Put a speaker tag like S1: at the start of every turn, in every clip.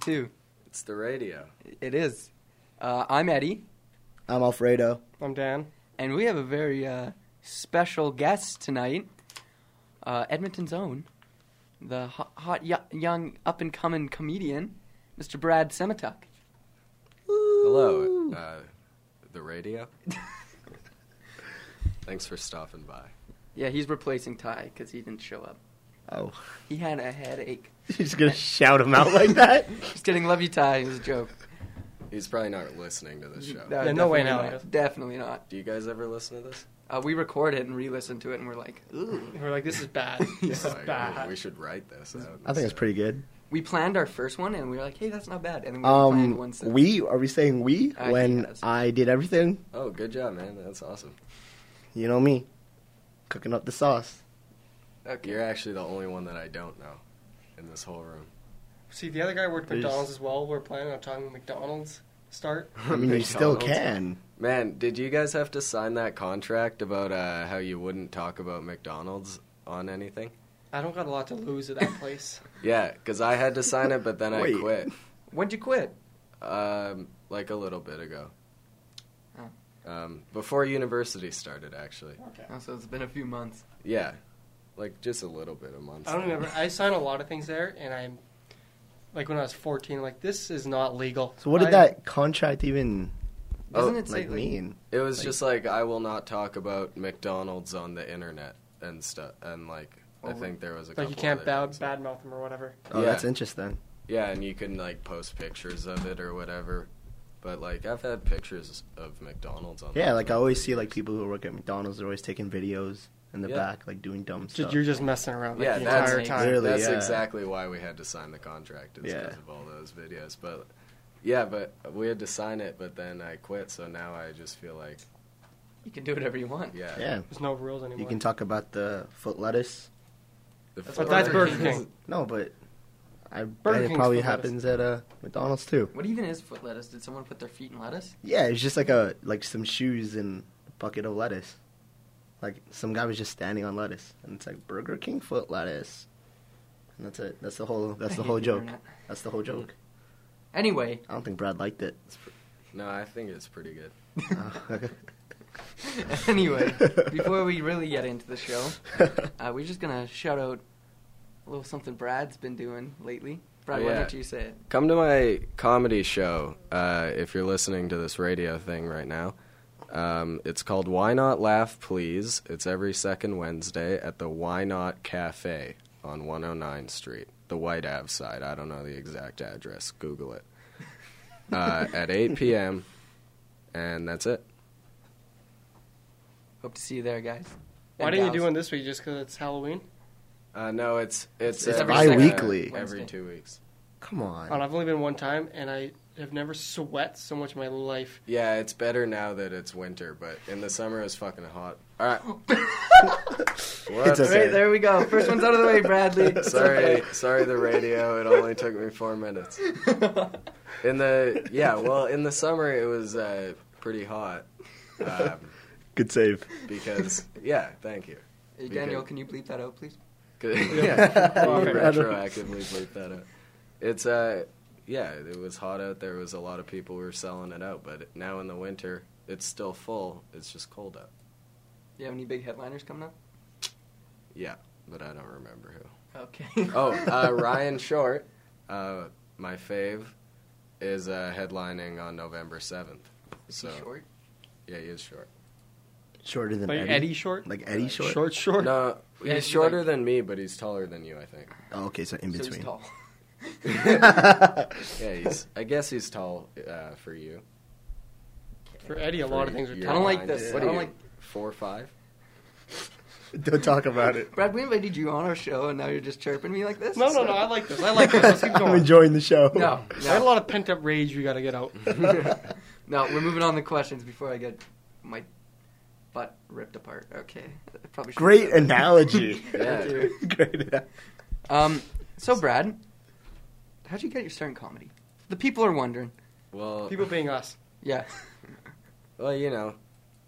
S1: too.
S2: It's the radio.
S1: It is. Uh, I'm Eddie,
S3: I'm Alfredo.
S4: I'm Dan.
S1: and we have a very uh, special guest tonight. Uh, Edmonton's own, the hot, hot y- young up and coming comedian, Mr. Brad Semituk.
S2: Hello, uh, the radio. Thanks for stopping by.
S1: Yeah, he's replacing Ty because he didn't show up.
S3: Oh,
S1: He had a headache.
S3: you're just gonna shout him out like that?
S1: Just kidding. Love you, Ty. It was a joke.
S2: He's probably not listening to this show.
S4: Yeah, no way
S1: definitely
S4: now,
S1: not.
S4: yes.
S1: Definitely not.
S2: Do you guys ever listen to this?
S1: Uh, we record it and re-listen to it, and we're like, ooh.
S4: We're like, this is bad. This is
S2: Like,
S4: bad.
S2: We should write this. Out
S3: I think it's pretty good.
S1: We planned our first one, and we were like, hey, that's not bad. And then we planned
S3: Um,
S1: one since.
S3: we are we saying we
S1: Uh, he
S3: when
S1: has.
S3: I did everything?
S2: Oh, good job, man. That's awesome.
S3: You know me, cooking up the sauce.
S1: Okay.
S2: You're actually the only one that I don't know in this whole room.
S4: See, the other guy worked
S3: There's-
S4: McDonald's as well. We're planning on talking McDonald's start.
S3: I mean, you still
S2: McDonald's.
S3: can.
S2: Man, did you guys have to sign that contract about uh, how you wouldn't talk about McDonald's on anything?
S4: I don't got a lot to lose at that place.
S2: Yeah, because I had to sign it, but then I
S3: Wait.
S2: quit.
S1: When'd you quit?
S2: Um, like a little bit ago.
S1: Oh.
S2: Um, before university started, actually.
S4: okay.
S1: Oh, so it's been a few months.
S2: Yeah, like just a little bit, a month.
S4: I don't remember. I signed a lot of things there, and I'm like when I was 14, like this is not legal.
S3: So what did
S4: I-
S3: that contract even
S1: Doesn't
S2: Oh,
S1: it say
S3: like
S1: like,
S3: mean?
S2: It was
S3: Like-
S2: just like I will not talk about McDonald's on the internet and stuff, and like I
S1: Over-
S2: think there was a
S4: Like
S2: couple
S4: you can't
S2: other
S4: bad
S2: things.
S4: badmouth them or whatever.
S3: Oh,
S2: Yeah.
S3: that's interesting.
S2: Yeah, and you can like post pictures of it or whatever. But like I've had pictures of McDonald's on.
S3: Yeah,
S2: the
S3: like I
S2: internet
S3: always
S2: for
S3: see like
S2: years.
S3: people who work at McDonald's. They're always taking videos in the
S2: Yeah.
S3: back, like doing dumb
S4: Ju-
S3: stuff.
S4: You're just messing around like,
S2: Yeah,
S4: the
S2: that's-
S4: entire time.
S3: Literally.
S2: That's
S3: yeah.
S2: exactly why we had to sign the contract. It's
S3: Yeah.
S2: because of all those videos. But yeah, but we had to sign it, but then I quit. So now I just feel like
S1: You can do whatever you want.
S2: yeah,
S3: yeah,
S4: There's no rules anymore.
S3: you can talk about the foot lettuce.
S2: The
S4: But that's
S1: Burger
S4: Burger King.
S3: No, but I
S4: Burger
S3: bet it
S4: King's
S3: probably
S4: foot lettuce.
S3: happens at uh, McDonald's too.
S1: What even is foot lettuce? Did someone put their feet in lettuce?
S3: Yeah, it's just like a like some shoes and a bucket of lettuce. Like some guy was just standing on lettuce, and it's like Burger King foot lettuce, and that's it. That's the whole. That's
S1: I
S3: the
S1: hate
S3: whole
S1: the
S3: joke.
S1: internet.
S3: That's the whole joke.
S1: Anyway,
S3: I don't think Brad liked it.
S2: No, I think it's pretty good.
S3: Ah,
S1: anyway, before we really get into the show, uh, we're just gonna shout out a little something Brad's been doing lately. Brad,
S2: Oh,
S1: why
S2: yeah.
S1: don't you say it?
S2: Come to my comedy show uh, if you're listening to this radio thing right now. Um, it's called Why Not Laugh Please. It's every second Wednesday at the Why Not Cafe on 109 Street, the White Ave side. I don't know the exact address. Google it. Uh, at 8 p.m. And that's it.
S1: Hope to see you there, guys.
S4: Why
S1: And
S4: didn't you
S1: gals.
S4: do one this week just because it's Halloween?
S2: Uh, no, it's it's,
S1: It's
S2: every
S1: every
S3: bi-weekly.
S2: second- every
S1: Wednesday.
S2: two weeks.
S3: Come
S4: Oh, and
S3: on.
S4: I've only been one time, and I have never sweat so much in my life.
S2: Yeah, it's better now that it's winter, but in the summer it's fucking hot. All right.
S3: It's
S1: All right,
S3: okay.
S1: there we go. First one's out of the way, Bradley.
S2: sorry, sorry, the radio. It only took me four minutes. In the yeah, well, in the summer it was uh, pretty hot um,
S3: Good save.
S2: because yeah, thank you.
S1: Hey, Daniel, can you bleep that out, please?
S2: 'Cause- yeah, you
S3: I don't-
S2: retroactively bleep that out. It's uh, yeah, it was hot out. There was a lot of people who were selling it out, but now in the winter it's still full. It's just cold out.
S1: Do you have any big headliners coming up?
S2: Yeah, but I don't remember who.
S1: Okay.
S2: Oh, uh, Ryan Short, uh, my fave, is uh, headlining on November 7th.
S1: Is
S2: So,
S1: he short?
S2: Yeah, he is short.
S3: Shorter than
S4: Like
S3: Eddie.
S4: Eddie, Short?
S3: Like Eddie Short.
S4: Short, short.
S2: No, he's
S1: Yeah, he's
S2: shorter
S1: like-
S2: than me, but he's taller than you, I think.
S3: Oh, okay, so in
S1: So he's
S3: between.
S1: tall.
S2: Yeah, he's. I guess he's tall uh, for you.
S4: For Eddie, a lot of things are
S2: You're
S1: I don't
S4: tall.
S1: like
S2: nine-
S1: this.
S2: What
S1: I
S2: are
S1: don't
S2: you,
S1: like-
S2: Four five.
S3: Don't talk about it.
S1: Brad, we invited you on our show, and now you're just chirping me like this.
S4: No, no, no. I like this. I like this. Let's keep
S3: I'm
S4: going.
S3: enjoying the show.
S1: No,
S4: I had a
S1: no,
S4: lot of pent up rage we got to get out.
S1: no. We're moving on the questions before I get my butt ripped apart. Okay, I probably. shouldn't
S3: Great
S1: have said
S3: analogy.
S1: that.
S2: Yeah.
S3: Great analogy.
S1: Um. So, Brad, how'd you get your start in comedy? The people are wondering.
S2: Well,
S4: People being us.
S1: Yeah.
S2: well, you know,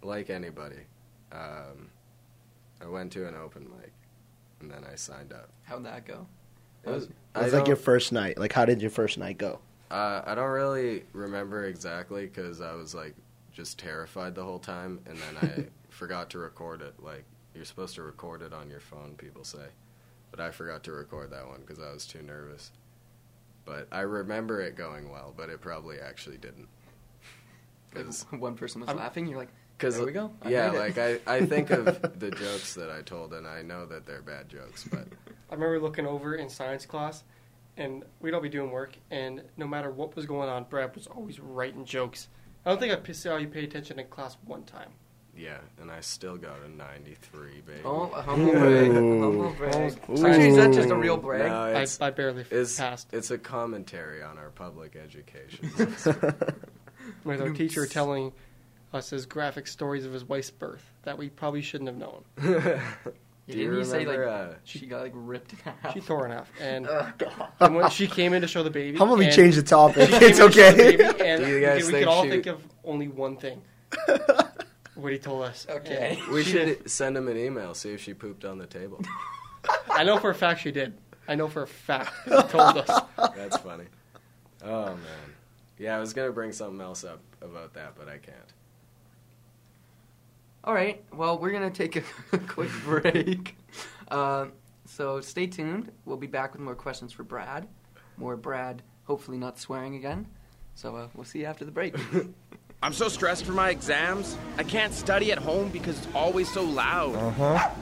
S2: like anybody, um, I went to an open mic, and then I signed up.
S1: How'd that go?
S2: It was,
S3: It was
S2: I
S3: like your
S2: don't-
S3: first night. Like, how did your first night go?
S2: Uh, I don't really remember exactly because I was like just terrified the whole time, and then I forgot to record it. Like you're supposed to record it on your phone, people say, but I forgot to record that one because I was too nervous. But I remember it going well, but it probably actually didn't.
S1: Like,
S2: Because
S1: one person was
S4: I'm-
S1: laughing. You're like, there we go. I
S2: yeah,
S1: made it.
S2: like I, I think of the jokes that I told, and I know that they're bad jokes, but
S4: I remember looking over in science class, and we'd all be doing work, and no matter what was going on, Brad was always writing jokes. I don't think I pissed out you pay attention in class one time.
S2: yeah, and I still got a 93, baby.
S1: oh, a humble brag. a
S3: Ooh.
S1: Humble brag.
S3: Ooh.
S1: Actually, is that just a real brag?
S2: No,
S4: I,
S2: Uh, it's-
S4: I barely
S2: It's,
S4: passed.
S2: it's a commentary on our public education.
S3: Oh
S4: With our teacher
S1: Oops.
S4: telling us his graphic stories of his wife's birth that we probably shouldn't have known.
S2: Do you
S1: Didn't you say,
S2: remember?
S1: like,
S2: uh,
S1: She got like ripped in half.
S4: She tore in half, and,
S1: Ugh, God.
S4: and when she came in to show the baby.
S3: How about we
S4: and-
S3: change the topic?
S4: she
S3: It's
S4: came in to show the
S3: okay.
S4: baby, and
S2: Do you
S4: we
S2: guys
S4: could- we
S2: think
S4: could all
S2: she-
S4: think of only one thing. What he told us.
S1: Okay.
S4: And
S2: uh, we
S4: she
S2: should
S4: did-
S2: send him an email, see if she pooped on the table.
S4: I know for a fact she did. I know for a fact. She told us.
S2: That's funny. Oh man. Yeah, I was gonna bring something else up about that, but I can't.
S1: All right. Well, we're gonna take a quick break. Uh, so stay tuned. We'll be back with more questions for Brad. More Brad. Hopefully not swearing again. So uh, we'll see you after the break.
S5: I'm so stressed for my exams. I can't study at home because it's always so loud.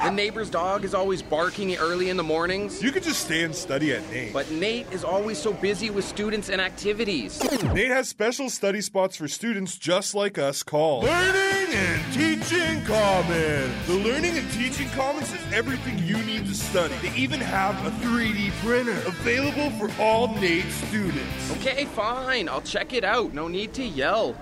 S5: The neighbor's dog is always barking early in the mornings.
S6: You could just stay and study at Nate.
S5: But Nate is always so busy with students and activities.
S6: Nate has special study spots for students just like us called Learning and Teaching Commons. The Learning and Teaching Commons is everything you need to study. They even have a 3D printer available for all Nate students.
S5: Okay, fine. I'll check it out. No need to yell.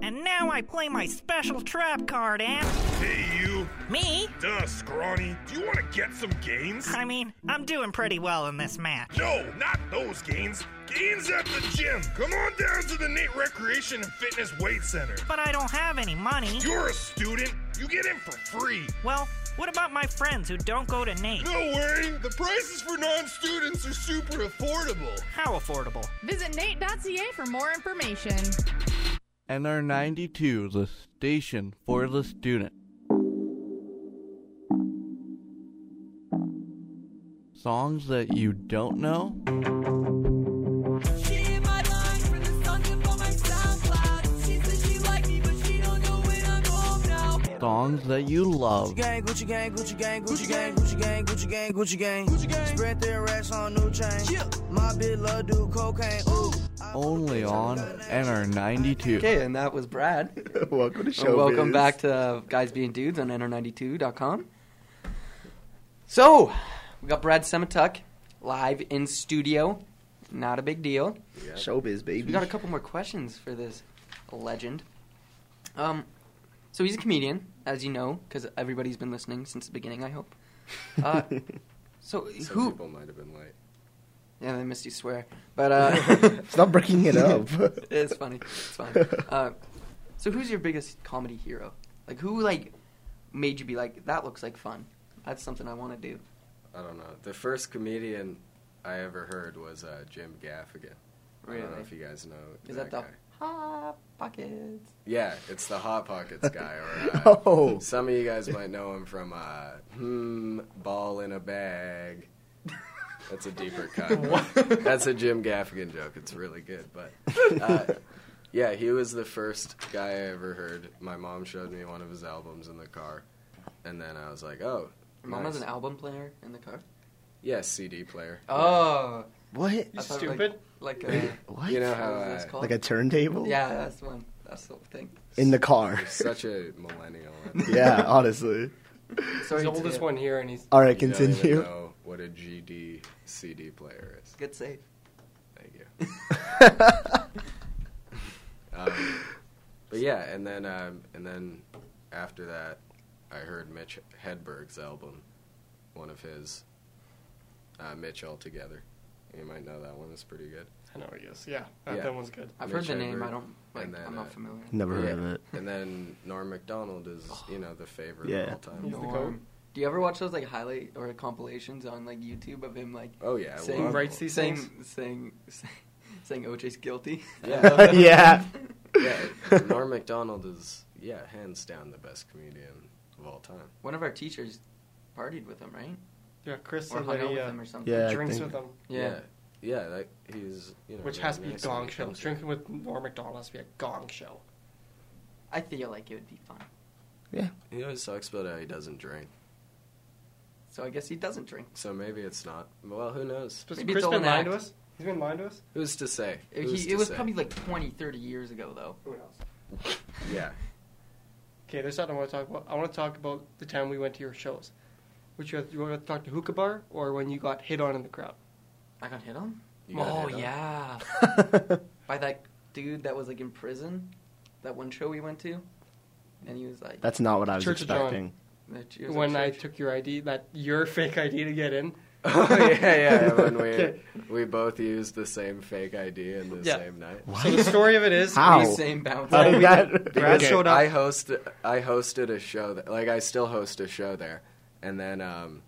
S7: And now I play my special trap card, and
S6: Hey, you,
S7: me?
S6: duh, scrawny. Do you want to get some gains?
S7: I mean, I'm doing pretty well in this match.
S6: No, not those gains. Gains at the gym. Come on down to the Nate Recreation and Fitness Weight Center.
S7: But I don't have any money.
S6: You're a student. You get in for free.
S7: Well, what about my friends who don't go to Nate?
S6: No worry, the prices for non students are super affordable.
S7: How affordable?
S8: Visit nate.ca for more information.
S9: NR92, the station for the student. Songs that you don't know? Songs that you love.
S10: Gang, Gucci gang, Gucci gang, Gucci gang, Gucci gang, Gucci gang, Gucci gang. Gucci gang. Spread their racks on new chain. My bitch love do cocaine. Ooh.
S9: Only on NR92.
S1: okay, and that was Brad.
S3: welcome to
S1: And
S3: show.
S1: welcome back to uh, Guys Being Dudes on Enter92.com. So we got Brad Semituck live in studio. Not a big deal.
S3: showbiz, baby.
S1: We got a couple more questions for this legend. Um, so he's a comedian, as you know, because everybody's been listening since the beginning. I hope. Uh, so
S2: Some
S1: who?
S2: people might have been late.
S1: Yeah, they missed you swear, but uh,
S3: Stop breaking it up.
S1: it's funny. It's funny. Uh, so who's your biggest comedy hero? Like who like made you be like that looks like fun? That's something I want to do.
S2: I don't know. The first comedian I ever heard was uh, Jim Gaffigan. I don't know
S1: Really?
S2: if you guys know.
S1: Is that,
S2: guy.
S1: the hot pockets?
S2: Yeah, it's the Hot Pockets guy. Or, uh,
S3: oh,
S2: Some of you guys might know him from uh, "Hmm, Ball in a Bag." That's a deeper cut. That's a Jim Gaffigan joke. It's really good, but uh, yeah, he was the first guy I ever heard. My mom showed me one of his albums in the car, and then I was like, "Oh,
S1: Your mom
S2: nice.
S1: has an album player in the car.
S2: Yeah, CD player.
S1: Oh,
S3: what?
S4: You
S1: I thought,
S4: stupid.
S1: like like a,
S3: What?
S2: you know how
S1: what is
S2: uh,
S1: this called?
S3: like a turntable?
S1: Yeah, that's the one. That's the thing.
S3: In the car.
S2: such a millennial.
S3: yeah, honestly.
S1: Sorry,
S4: He's the oldest one here, and he's
S3: All right,
S2: You don't even
S3: continue.
S2: know what a GD CD player is.
S1: Good save.
S2: Thank you. um, but yeah, and then um, and then after that, I heard Mitch Hedberg's album, one of his, uh, Mitch Altogether. You might know that one. It's pretty good.
S4: I know he is. Yeah, that,
S2: Yeah.
S4: that one's good.
S1: I've heard
S2: Mitch
S1: the name.
S2: Hedberg,
S1: I don't like.
S2: and then,
S1: I'm not
S2: uh,
S1: familiar.
S3: Never heard
S2: Yeah.
S3: of it.
S2: And then Norm Macdonald is you know the favorite
S3: Yeah.
S2: of all time.
S4: He's the
S1: Norm.
S4: goat.
S1: Do you ever watch those like highlight or compilations on like YouTube of him like?
S2: Oh, yeah,
S1: saying,
S2: well, Who writes these
S1: saying,
S2: things?
S1: Saying saying saying OJ's guilty.
S2: Yeah. yeah. Norm Macdonald is yeah, hands down the best comedian of all time.
S1: One of our teachers partied with him, right?
S4: Yeah, Chris
S1: or
S4: said
S1: hung
S4: that
S1: out
S4: he
S1: with
S4: uh,
S1: him or something.
S3: yeah, I
S4: drinks
S3: think-
S4: with him,
S1: Yeah.
S2: Yeah, yeah like he's you know
S4: which
S2: really
S4: has to be a
S2: nice when
S4: gong
S2: it
S4: show.
S2: comes to-
S4: Drinking with Norm Macdonald has to be a gong show.
S1: I feel like it would be fun.
S2: He always talks about how he doesn't drink,
S1: So I guess he doesn't drink.
S2: so maybe it's not. Well, who knows?
S4: Has
S1: Maybe
S4: Chris
S1: it's all
S4: been
S1: an
S4: lying to
S1: act.
S4: us? He's been lying to us.
S2: Who's to say?
S1: It,
S2: Who's
S1: he,
S2: to
S1: it was
S2: say?
S1: probably like 20, 30 years ago though.
S4: Who knows?
S2: yeah.
S4: Okay, there's something I want to talk about. I want to talk about the time we went to your shows. Which you, you want to talk to hookah bar or when you got hit on in the crowd?
S1: I got hit on.
S2: You got
S1: oh
S2: hit on.
S1: yeah, by that dude that was like in prison. That one show we went to, and he was like,
S3: That's not what I was
S4: Church of John.
S3: expecting.
S1: that- he was
S4: When
S1: like,
S4: I
S1: "Church."
S4: took your ID, that your fake ID to get in.
S2: oh yeah, yeah. yeah, When
S4: Okay.
S2: we we both used the same fake ID in the
S4: Yeah.
S2: same night.
S4: So the story of it is,
S3: How?
S1: The same bounce.
S3: How did that?
S4: Brad
S2: Okay,
S4: showed up.
S2: I hosted I hosted a show that like I still host a show there, and then um,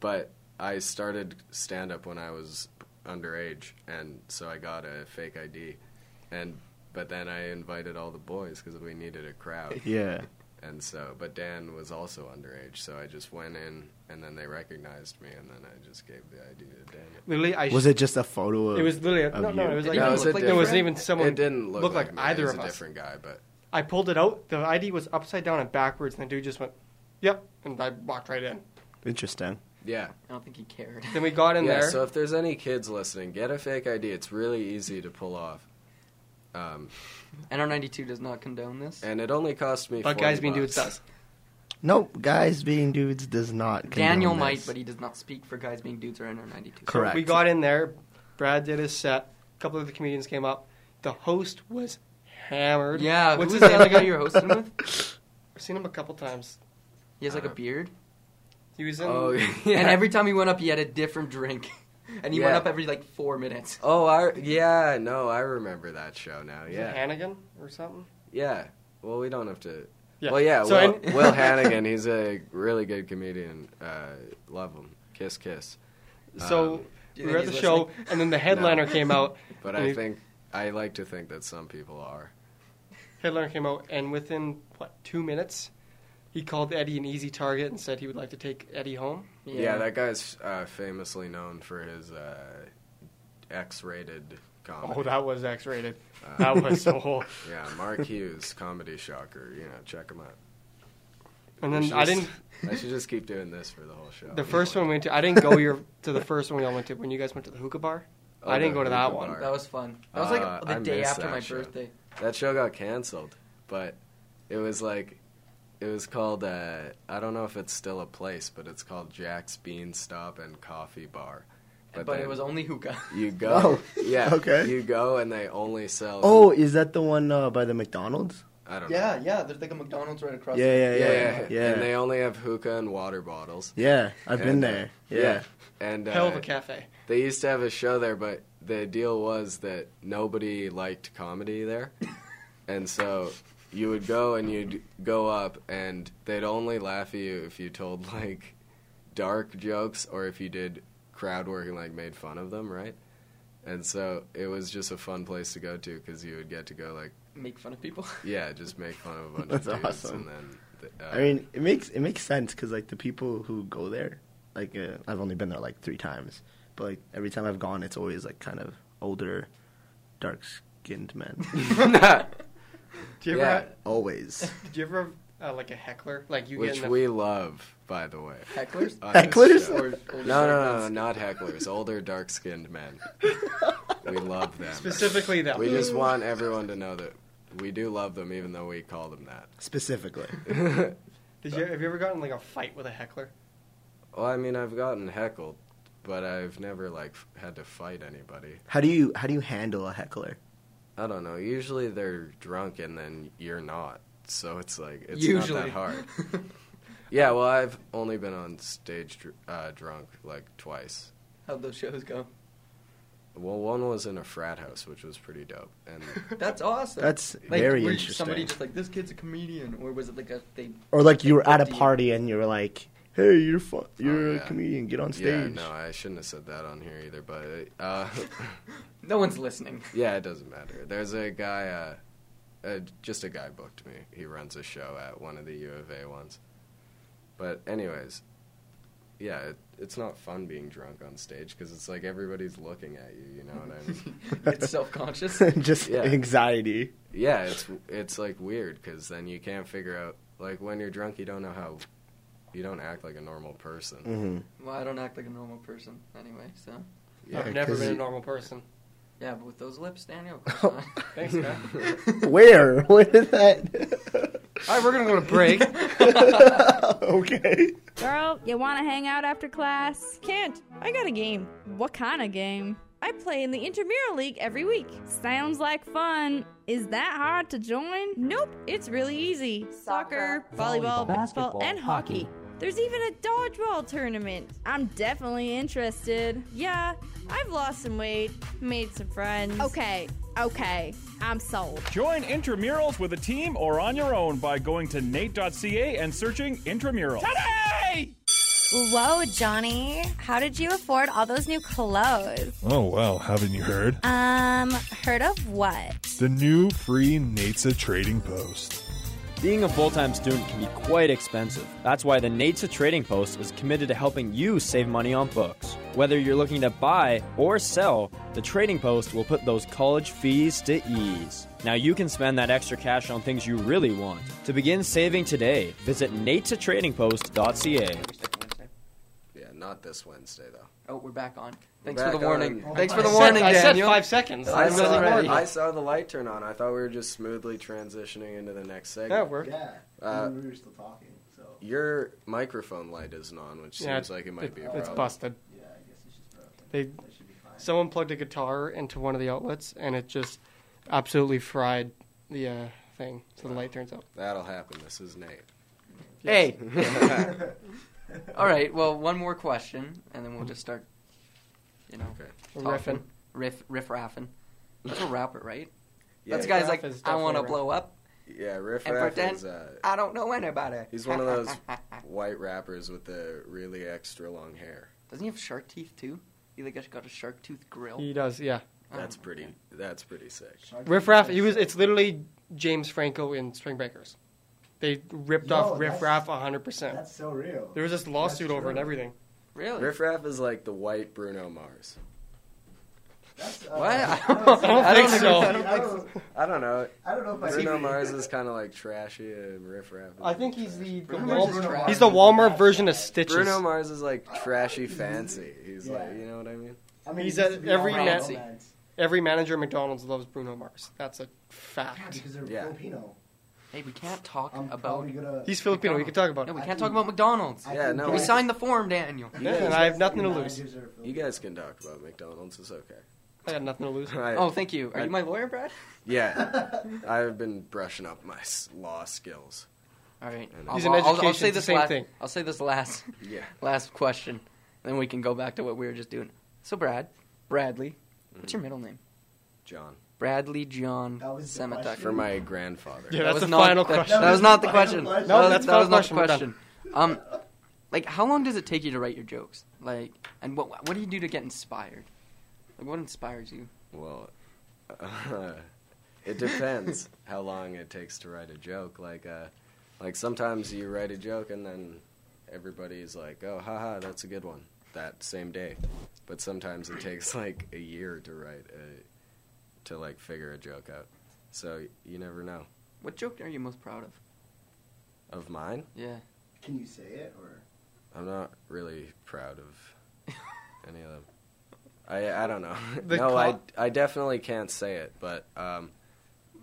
S2: but I started stand up when I was underage, and so I got a fake ID, and but then I invited all the boys because we needed a crowd,
S3: yeah.
S2: and so but Dan was also underage, so I just went in, and then they recognized me, and then I just gave the ID to Dan.
S4: literally, I
S3: Was it just a photo of?
S4: It was literally no,
S3: of
S4: no.
S3: you?
S4: It was
S1: It
S4: like
S1: didn't
S4: no,
S1: look
S4: it,
S1: like
S4: was not
S1: your
S4: even someone.
S2: it didn't look,
S4: looked like,
S2: me.
S4: either
S2: It was
S4: of
S2: a
S4: us.
S2: different guy, but
S4: I pulled it out. The ID was upside down and backwards, and the dude just went, "Yep," and I walked right in.
S3: interesting.
S2: yeah.
S1: I don't think he cared.
S4: Then we got in
S2: yeah,
S4: there.
S2: so if there's any kids listening, get a fake ID. It's really easy to pull off. Um,
S1: NR92 does not condone this.
S2: and it only cost me.
S4: but
S2: 40
S4: guys being
S2: bucks.
S4: dudes does.
S3: No, guys being dudes does not. condone
S1: Daniel
S3: this.
S1: might, but he does not speak for guys being dudes or NR92.
S3: Correct.
S4: We got in there. Brad did his set. A couple of the comedians came up. The host was hammered.
S1: Yeah,
S4: What's
S1: who's
S4: his
S1: the
S4: name?
S1: other guy you were hosting with?
S4: I've seen him a couple times.
S1: He has like a
S2: Uh,
S1: beard,
S4: He was in.
S2: Oh yeah.
S1: and every time he went up, he had a different drink, and he went
S2: Yeah.
S1: up every like four minutes.
S2: oh, I yeah no, I remember that show now.
S4: was it
S2: Yeah,
S4: Hannigan or something.
S2: yeah. Well, we don't have to.
S4: Yeah.
S2: Well, yeah.
S4: So
S2: Will,
S4: in-
S2: Will Hannigan, he's a really good comedian. Uh, love him. Kiss, kiss.
S4: So
S2: Um,
S1: Do
S4: we
S1: you
S4: were at
S1: think
S4: the
S1: he's
S4: show, and then the headliner came out.
S2: But
S4: And
S2: I
S4: he-
S2: think I like to think that some people are.
S4: Headliner came out, and within what two minutes, he called Eddie an easy target and said he would like to take Eddie home.
S2: Yeah, that guy's uh, famously known for his uh, X-rated comedy.
S4: Oh, that was X-rated. that was so. whole.
S2: Yeah, Mark Hughes, Comedy Shocker. You know, check him out.
S4: And
S2: We
S4: then
S2: should
S4: I
S2: just-
S4: didn't.
S2: I should just keep doing this for the whole show.
S4: The first one we went to, I didn't go your, to the first one we all went to when you guys went to the hookah bar.
S2: Oh,
S4: I didn't
S2: the
S4: go to that
S2: hookah
S4: one.
S2: bar.
S1: That was fun. That was like
S2: Uh,
S1: the
S2: I
S1: day
S2: missed
S1: after
S2: that
S1: my
S2: show.
S1: birthday.
S2: That show got canceled, but it was like, it was called. Uh, I don't know if it's still a place, but it's called Jack's Bean Stop and Coffee Bar.
S1: But,
S2: then
S1: it was only hookah.
S2: You go,
S3: Oh,
S2: yeah.
S3: okay.
S2: You go, and they only sell.
S3: Oh, is that the one uh, by the McDonald's?
S2: I don't know.
S1: yeah. There's like a McDonald's right across.
S3: Yeah, yeah,
S2: Yeah,
S3: yeah,
S2: yeah,
S3: yeah. Yeah,
S2: And they only have hookah and water bottles.
S3: I've
S2: And,
S3: been
S2: uh,
S3: there. Yeah.
S2: And uh,
S4: Hell of a cafe.
S2: They used to have a show there, but the deal was that nobody liked comedy there. and so you would go and you'd go up, and they'd only laugh at you if you told, like, dark jokes or if you did crowd work and, like, made fun of them, right? And so it was just a fun place to go to because you would get to go, like,
S1: Make fun of people.
S2: yeah, just make fun of a bunch
S3: That's
S2: of dudes.
S3: awesome.
S2: And then, th- uh,
S3: I mean, it makes it makes sense because like the people who go there, like uh, I've only been there like three times, but like every time I've gone, it's always like kind of older, dark skinned men.
S4: Do you
S2: yeah,
S4: ever,
S3: always
S4: did you ever have, uh, like a heckler? Like you
S2: which
S4: get in
S2: we love, by the way.
S1: Hecklers.
S2: on this
S3: hecklers.
S2: show. No, no, no, not hecklers. Older, dark-skinned men. We love
S4: the,
S2: them.
S4: specifically that.
S2: We just want everyone to know that we do love them, even though we call them that.
S3: Specifically,
S4: Did you, have you ever gotten like a fight with a heckler?
S2: Well, I mean, I've gotten heckled, but I've never like f- had to fight anybody.
S3: how do you how do you handle a heckler?
S2: I don't know. Usually they're drunk, and then you're not. So it's like it's
S1: Usually.
S2: not that hard. yeah. Well, I've only been on stage dr- uh, drunk like twice.
S1: How'd those shows go?
S2: Well, one was in a frat house, which was pretty dope, and
S1: That's awesome.
S3: That's
S1: Like,
S3: very
S1: were you-
S3: interesting.
S1: Somebody just like this kid's a comedian, or was it like a they?
S3: or like you were at a
S1: Do you-
S3: party and you were like, hey, you're fu- you're
S2: Oh,
S3: a
S2: yeah.
S3: comedian, get on stage.
S2: Yeah, no, I shouldn't have said that on here either, but uh,
S1: no one's listening.
S2: Yeah, it doesn't matter. There's a guy, uh, uh, just a guy booked me. He runs a show at one of the U of A ones. But anyways, yeah, it, it's not fun being drunk on stage because it's like everybody's looking at you. You know what I mean?
S1: it's self-conscious.
S3: Just anxiety.
S2: yeah, it's it's like weird because then you can't figure out like when you're drunk, you don't know how you don't act like a normal person.
S3: Mhm.
S1: Well, I don't act like a normal person anyway, so.
S2: Yeah,
S4: I've never
S2: 'cause
S4: been a
S2: you-
S4: normal person.
S1: Yeah, but with those lips, Daniel. of course not.
S4: Thanks, man.
S3: Where? Where did that?
S1: All right, we're gonna go to break.
S3: okay.
S8: Girl, you want to hang out after class? Can't. I got a game. What kind of game? I play in the Intramural League every week. Sounds like fun. Is that hard to join? Nope, it's really easy. Soccer, volleyball,
S11: volleyball,
S8: basketball,
S11: basketball,
S8: and hockey. There's even a dodgeball tournament. I'm definitely interested. Yeah, I've lost some weight, made some friends. Okay, okay, I'm sold.
S12: Join intramurals with a team or on your own by going to nate.ca and searching intramural.
S13: Today! Whoa, Johnny. How did you afford all those new clothes?
S6: Oh, well, haven't you heard?
S13: Um, heard of what?
S6: The new free NATSA trading post.
S14: Being a full time student can be quite expensive. That's why the NATSA Trading Post is committed to helping you save money on books. Whether you're looking to buy or sell, the Trading Post will put those college fees to ease. Now you can spend that extra cash on things you really want. To begin saving today, visit natsatradingpost.ca.
S2: Yeah, not this Wednesday though.
S1: Oh, we're back on. Thanks
S2: Back
S1: for the
S2: on.
S1: warning.
S2: Oh,
S1: Thanks
S2: I
S1: for the
S2: said-
S1: warning,
S4: I said
S1: Daniel.
S4: five seconds.
S2: I
S4: I'm really
S2: saw,
S4: warning.
S2: I saw the light turn on. I thought we were just smoothly transitioning into the next segment.
S4: That worked.
S3: Yeah,
S2: Uh,
S3: we were still talking. So
S2: Your microphone light isn't on, which
S4: Yeah,
S2: seems like it might be a problem.
S4: It's busted. Yeah, I guess it's just broken. They, someone plugged a guitar into one of the outlets, and it just absolutely fried the uh, thing, so the light turns out.
S2: That'll happen. This is Nate.
S1: Hey. All right. Well, one more question, and then we'll just start. You know, talking,
S4: Riffing.
S1: riff, riff, raffing. That's a rapper, right?
S2: Yeah.
S1: That's guys
S2: Raff
S1: like
S2: is
S1: I
S2: definitely
S1: want to
S2: rap.
S1: blow up.
S2: Yeah, Riff
S1: and
S2: Raff
S1: pretend
S2: is, uh,
S1: I don't know anybody.
S2: He's one of those white rappers with the really extra long hair.
S1: Doesn't he have shark teeth too? He like got a shark tooth grill. Oh,
S4: He does, yeah.
S2: That's pretty. That's pretty sick.
S4: Riff Raff, he was. It's literally James Franco in Spring Breakers. They ripped
S3: Yo,
S4: off Riff
S3: that's-
S4: Raff 100. percent
S3: that's so real.
S4: There was this lawsuit over and everything.
S1: Really?
S2: Riff Raff is like the white Bruno Mars.
S3: uh,
S1: What? I
S4: don't- I don't I don't think think so. so.
S2: I don't, I don't know.
S4: I don't know if I
S2: Bruno
S4: agree.
S2: Mars is kind of like trashy and Riff Raff.
S4: I think he's the, the
S2: Bruno Mars is
S4: Walmart,
S2: trash.
S4: he's the Walmart version of Stitches.
S2: Bruno Mars is like trashy fancy. He's like, you know what I mean?
S4: he's at every
S2: man-
S4: man, every manager at McDonald's loves Bruno Mars. That's a fact.
S2: Yeah.
S1: Filipino. Hey, we can't talk about.
S4: He's Filipino. We can talk about
S1: No,
S4: it.
S1: we can't talk about McDonald's.
S2: I Yeah, think no,
S1: We
S2: we-
S1: signed the form, Daniel.
S2: You guys-
S4: and I have nothing to lose.
S2: You guys can talk about McDonald's. It's okay.
S4: I got nothing to lose.
S2: I-
S1: Oh, thank you. Are
S2: I-
S1: you my lawyer, Brad?
S2: Yeah, I've been brushing up my s- law skills.
S1: All right.
S2: And-
S1: I'll, I'll- I'll, say this last, I'll say this last.
S2: Yeah.
S1: Last question, and then we can go back to what we were just doing. So, Brad, Bradley, what's your middle name?
S2: John.
S1: Bradley John Semitic.
S2: For my grandfather.
S1: That was not that- That, was not the question.
S2: No,
S1: That was- that was not the question. Um, like, how long does it take you to write your jokes? Like, and what what do you do to get inspired? Like, what inspires you?
S2: Well, uh, it depends how long it takes to write a joke. Like, uh, like sometimes you write a joke and then everybody's like, "Oh, haha, that's a good one." That same day, but sometimes it takes like a year to write a, to like figure a joke out. So you never know.
S1: What joke are you most proud of?
S2: Of mine,
S1: Yeah.
S3: Can you say it or?
S2: I'm not really proud of any of them. I I don't know.
S4: The
S2: no, I
S4: cop-
S2: I definitely can't say it, but um,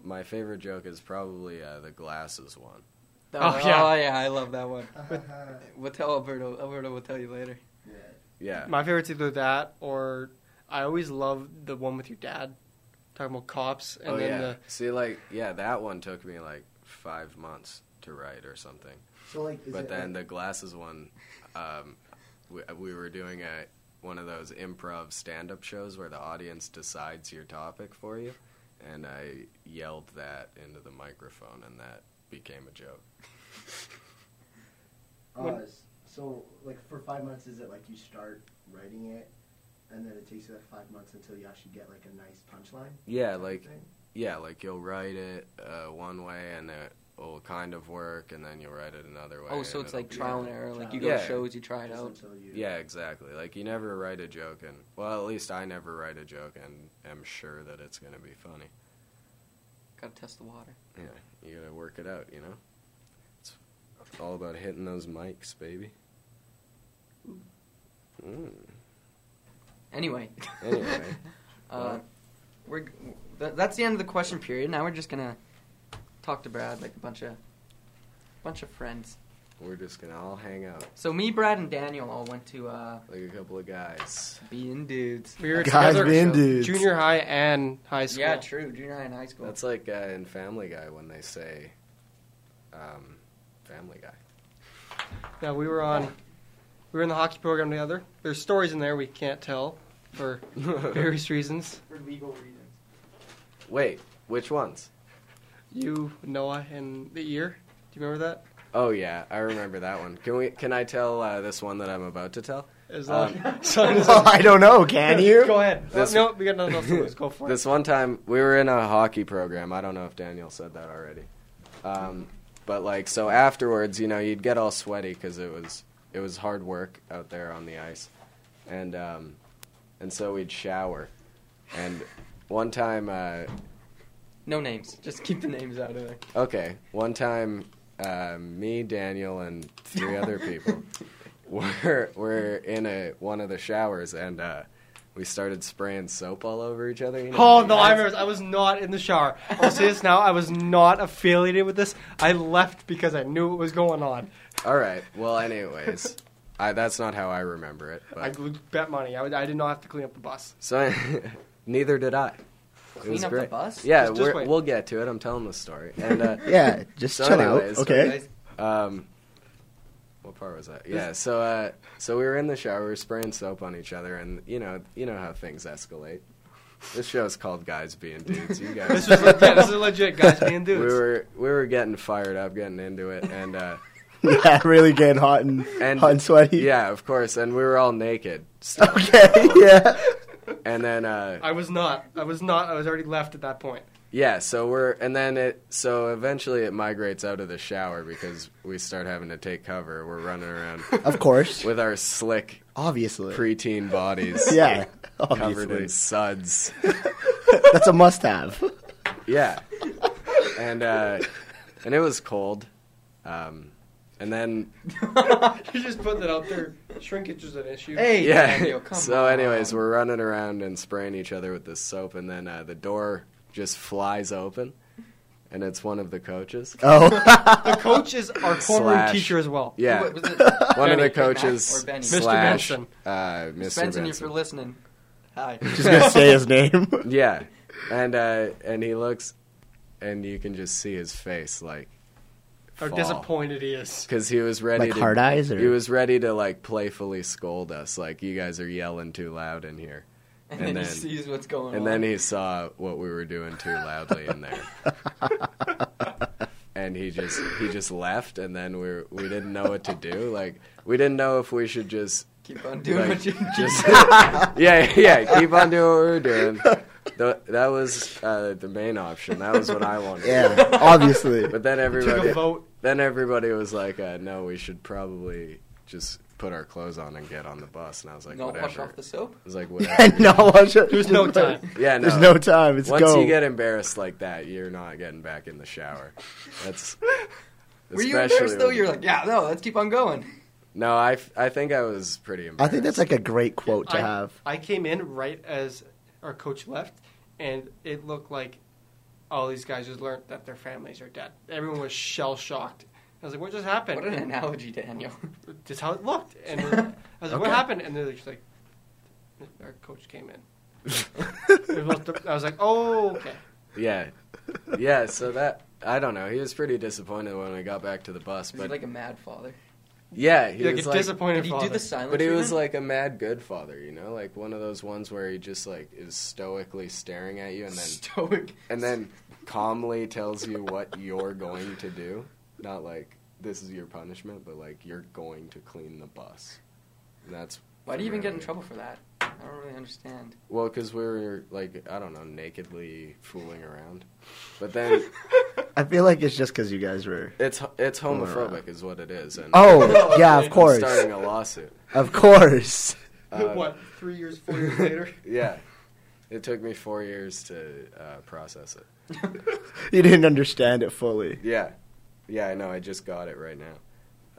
S2: my favorite joke is probably uh, the glasses one.
S1: That
S4: Oh,
S1: one-
S4: yeah.
S1: oh yeah, I love that one. we'll tell Alberto. Alberto will tell you later.
S2: Yeah.
S4: My favorite's either that or I always love the one with your dad talking about cops and
S2: oh
S4: then
S2: yeah.
S4: the
S2: See, like yeah, that one took me like five months to write or something.
S3: So, like, is
S2: but
S3: it,
S2: then
S3: like-
S2: the glasses one, um, we, we were doing a one of those improv stand-up shows where the audience decides your topic for you, and I yelled that into the microphone, and that became a joke.
S3: Uh, So, like for five months, is it like you start writing it, and then it takes you like five months until you actually get like a nice punchline?
S2: Yeah, like yeah, like you'll write it uh, one way and it will kind of work, and then you'll write it another way.
S1: Oh, so
S2: and
S1: it's
S2: it'll
S1: like
S2: be-
S1: trial and error, like you go to shows, you try it out.
S2: Yeah, exactly. Like you never write a joke, and well, at least I never write a joke, and am sure that it's gonna be funny.
S1: Gotta test the water.
S2: Yeah, you gotta work it out. You know, it's all about hitting those mics, baby. Mm.
S1: Anyway.
S2: Anyway.
S1: uh, we're g- th- that's the end of the question period. Now we're just gonna talk to Brad like a bunch of bunch of friends.
S2: We're just gonna all hang out.
S1: So me, Brad, and Daniel all went to uh,
S2: like a couple of guys
S1: being dudes.
S4: We were
S2: Guys
S4: together
S2: being
S4: so
S2: dudes.
S4: junior high and high school.
S1: Yeah, true. Junior high and high school.
S2: That's like uh, in Family Guy when they say, um, Family Guy.
S4: Yeah, we were on. We were in the hockey program together. There's stories in there we can't tell for various reasons.
S1: For legal reasons.
S2: Wait, which ones?
S4: You, Noah, and the ear. Do you remember that?
S2: Oh yeah, I remember that one. Can we? Can I tell uh, this one that I'm about to tell?
S4: As long- Go ahead.
S2: Um, This-
S4: no, we got nothing else to lose. Go for it.
S2: this one time we were in a hockey program. I don't know if Daniel said that already, um, but like so afterwards, you know, you'd get all sweaty because it was it was hard work out there on the ice, and um, and so we'd shower, and one time. Uh,
S1: No names. Just keep the names out of there.
S2: Okay. One time, uh, me, Daniel, and three other people were were in a one of the showers, and uh, we started spraying soap all over each other. You know?
S4: Oh no! I remember. I was not in the shower. I'll say this now. I was not affiliated with this. I left because I knew what was going on.
S2: All right. Well, anyways, I, that's not how I remember it.
S4: I
S2: But.
S4: would bet money. I, would, I did not have to clean up the bus.
S2: So neither did I. It
S4: Clean
S2: was
S4: up the
S2: great.
S4: bus?
S2: Yeah,
S4: Just- just
S2: we're,
S4: wait.
S2: we'll get to it. I'm telling the story. And uh,
S3: Yeah, just chill out. Okay.
S2: Um, what part was that? Yeah. So uh, so we were in the shower, we were spraying soap on each other, and you know you know how things escalate. This show's called Guys Being Dudes. You guys.
S4: This is legit- this is legit, Guys Being Dudes.
S2: We were we were getting fired up, getting into it, and. Uh,
S3: yeah, really getting hot and, hot and sweaty.
S2: Yeah, of course. And we were all naked. still.
S3: Okay. yeah.
S2: And then uh,
S4: I was not. I was not. I was already left at that point.
S2: Yeah, so we're and then it so eventually it migrates out of the shower because we start having to take cover. We're running around,
S3: Of course.
S2: with our slick,
S3: Obviously.
S2: preteen bodies,
S3: Yeah,
S2: covered
S3: obviously.
S2: in suds.
S3: That's a must-have.
S2: Yeah, and uh, and it was cold, um, and then
S4: You're just putting it out there. Shrinkage is an issue.
S2: yeah. so, anyways, we're running around and spraying each other with this soap, and then uh, the door just flies open, and it's one of the coaches.
S3: Oh.
S4: The coach is our former
S2: Slash-
S4: teacher as well.
S2: Yeah,
S4: What was it?
S2: one of
S4: Benny.
S2: the coaches
S1: Or Benny. Mr.
S2: slash
S1: Benson.
S2: uh, Mr.
S1: Benson, if
S2: Benson.
S1: you're listening, hi.
S3: name.
S2: yeah, and uh, and he looks, and you can just see his face, like
S4: How disappointed he is.
S2: because he was ready
S3: Like
S2: to
S3: hard eyes, or-
S2: he was ready to like playfully scold us, like you guys are yelling too loud in here.
S1: And then he sees what's going
S2: and then
S1: on.
S2: he saw what we were doing too loudly in there. and he just he just left, and then we were, we didn't know what to do. Like we didn't know if we should just
S1: Keep on doing what you-
S2: just yeah yeah keep on doing what we were doing. Th- that was uh, the main option. That was what I wanted.
S3: Yeah, obviously.
S2: But then
S3: Took a
S2: everybody
S3: vote.
S2: Then everybody was like, uh, "No, we should probably just put our clothes on and get on the bus." And I was like,
S1: Not wash
S2: "Whatever."
S1: off the soap?
S2: I was like, "Whatever."
S3: no, wash up- There's no
S2: Like,
S3: time.
S2: Yeah, no.
S3: There's no time, it's
S2: once
S3: go.
S2: you get embarrassed like that, you're not getting back in the shower. That's
S1: Were you
S2: especially
S1: embarrassed though?
S2: when-
S1: You're like, yeah, no, let's keep on going.
S2: no. I, f- I think I was pretty embarrassed.
S3: I think that's like a great quote to
S4: I,
S3: have.
S4: I came in right as our coach left, and it looked like all these guys just learned that their families are dead. Everyone was shell shocked. I was like, "What just happened?"
S1: What an analogy, Daniel.
S4: Just how it looked, and then I was like, "What
S1: Okay.
S4: happened?" And they're just like, "Our coach came in." It was the- I was like, "Oh, okay."
S2: Yeah, yeah. So that I don't know. He was pretty disappointed when we got back to the bus,
S1: He's
S2: but
S1: like a mad father.
S2: yeah, he
S1: Like
S2: was
S1: a
S2: like
S1: disappointed Did he do father. the silent
S2: But he was
S1: treatment?
S2: like a mad good father, you know, like one of those ones where he just like is stoically staring at you and then
S1: Stoic.
S2: and then calmly tells you what you're going to do, not like this is your punishment, but like you're going to clean the bus. And that's
S1: Why do you even get in trouble for that? I don't really understand.
S2: Well, because we were like I don't know, nakedly fooling around. But then
S3: I feel like it's just because you guys were.
S2: it's it's homophobic, is what it is. And
S3: Oh, yeah, of course.
S2: starting a lawsuit.
S3: Of course.
S2: Uh,
S4: what? Three years, four years later.
S2: yeah, it took me four years to uh, process it.
S3: You didn't understand it fully.
S2: Yeah, yeah, I know. I just got it right now.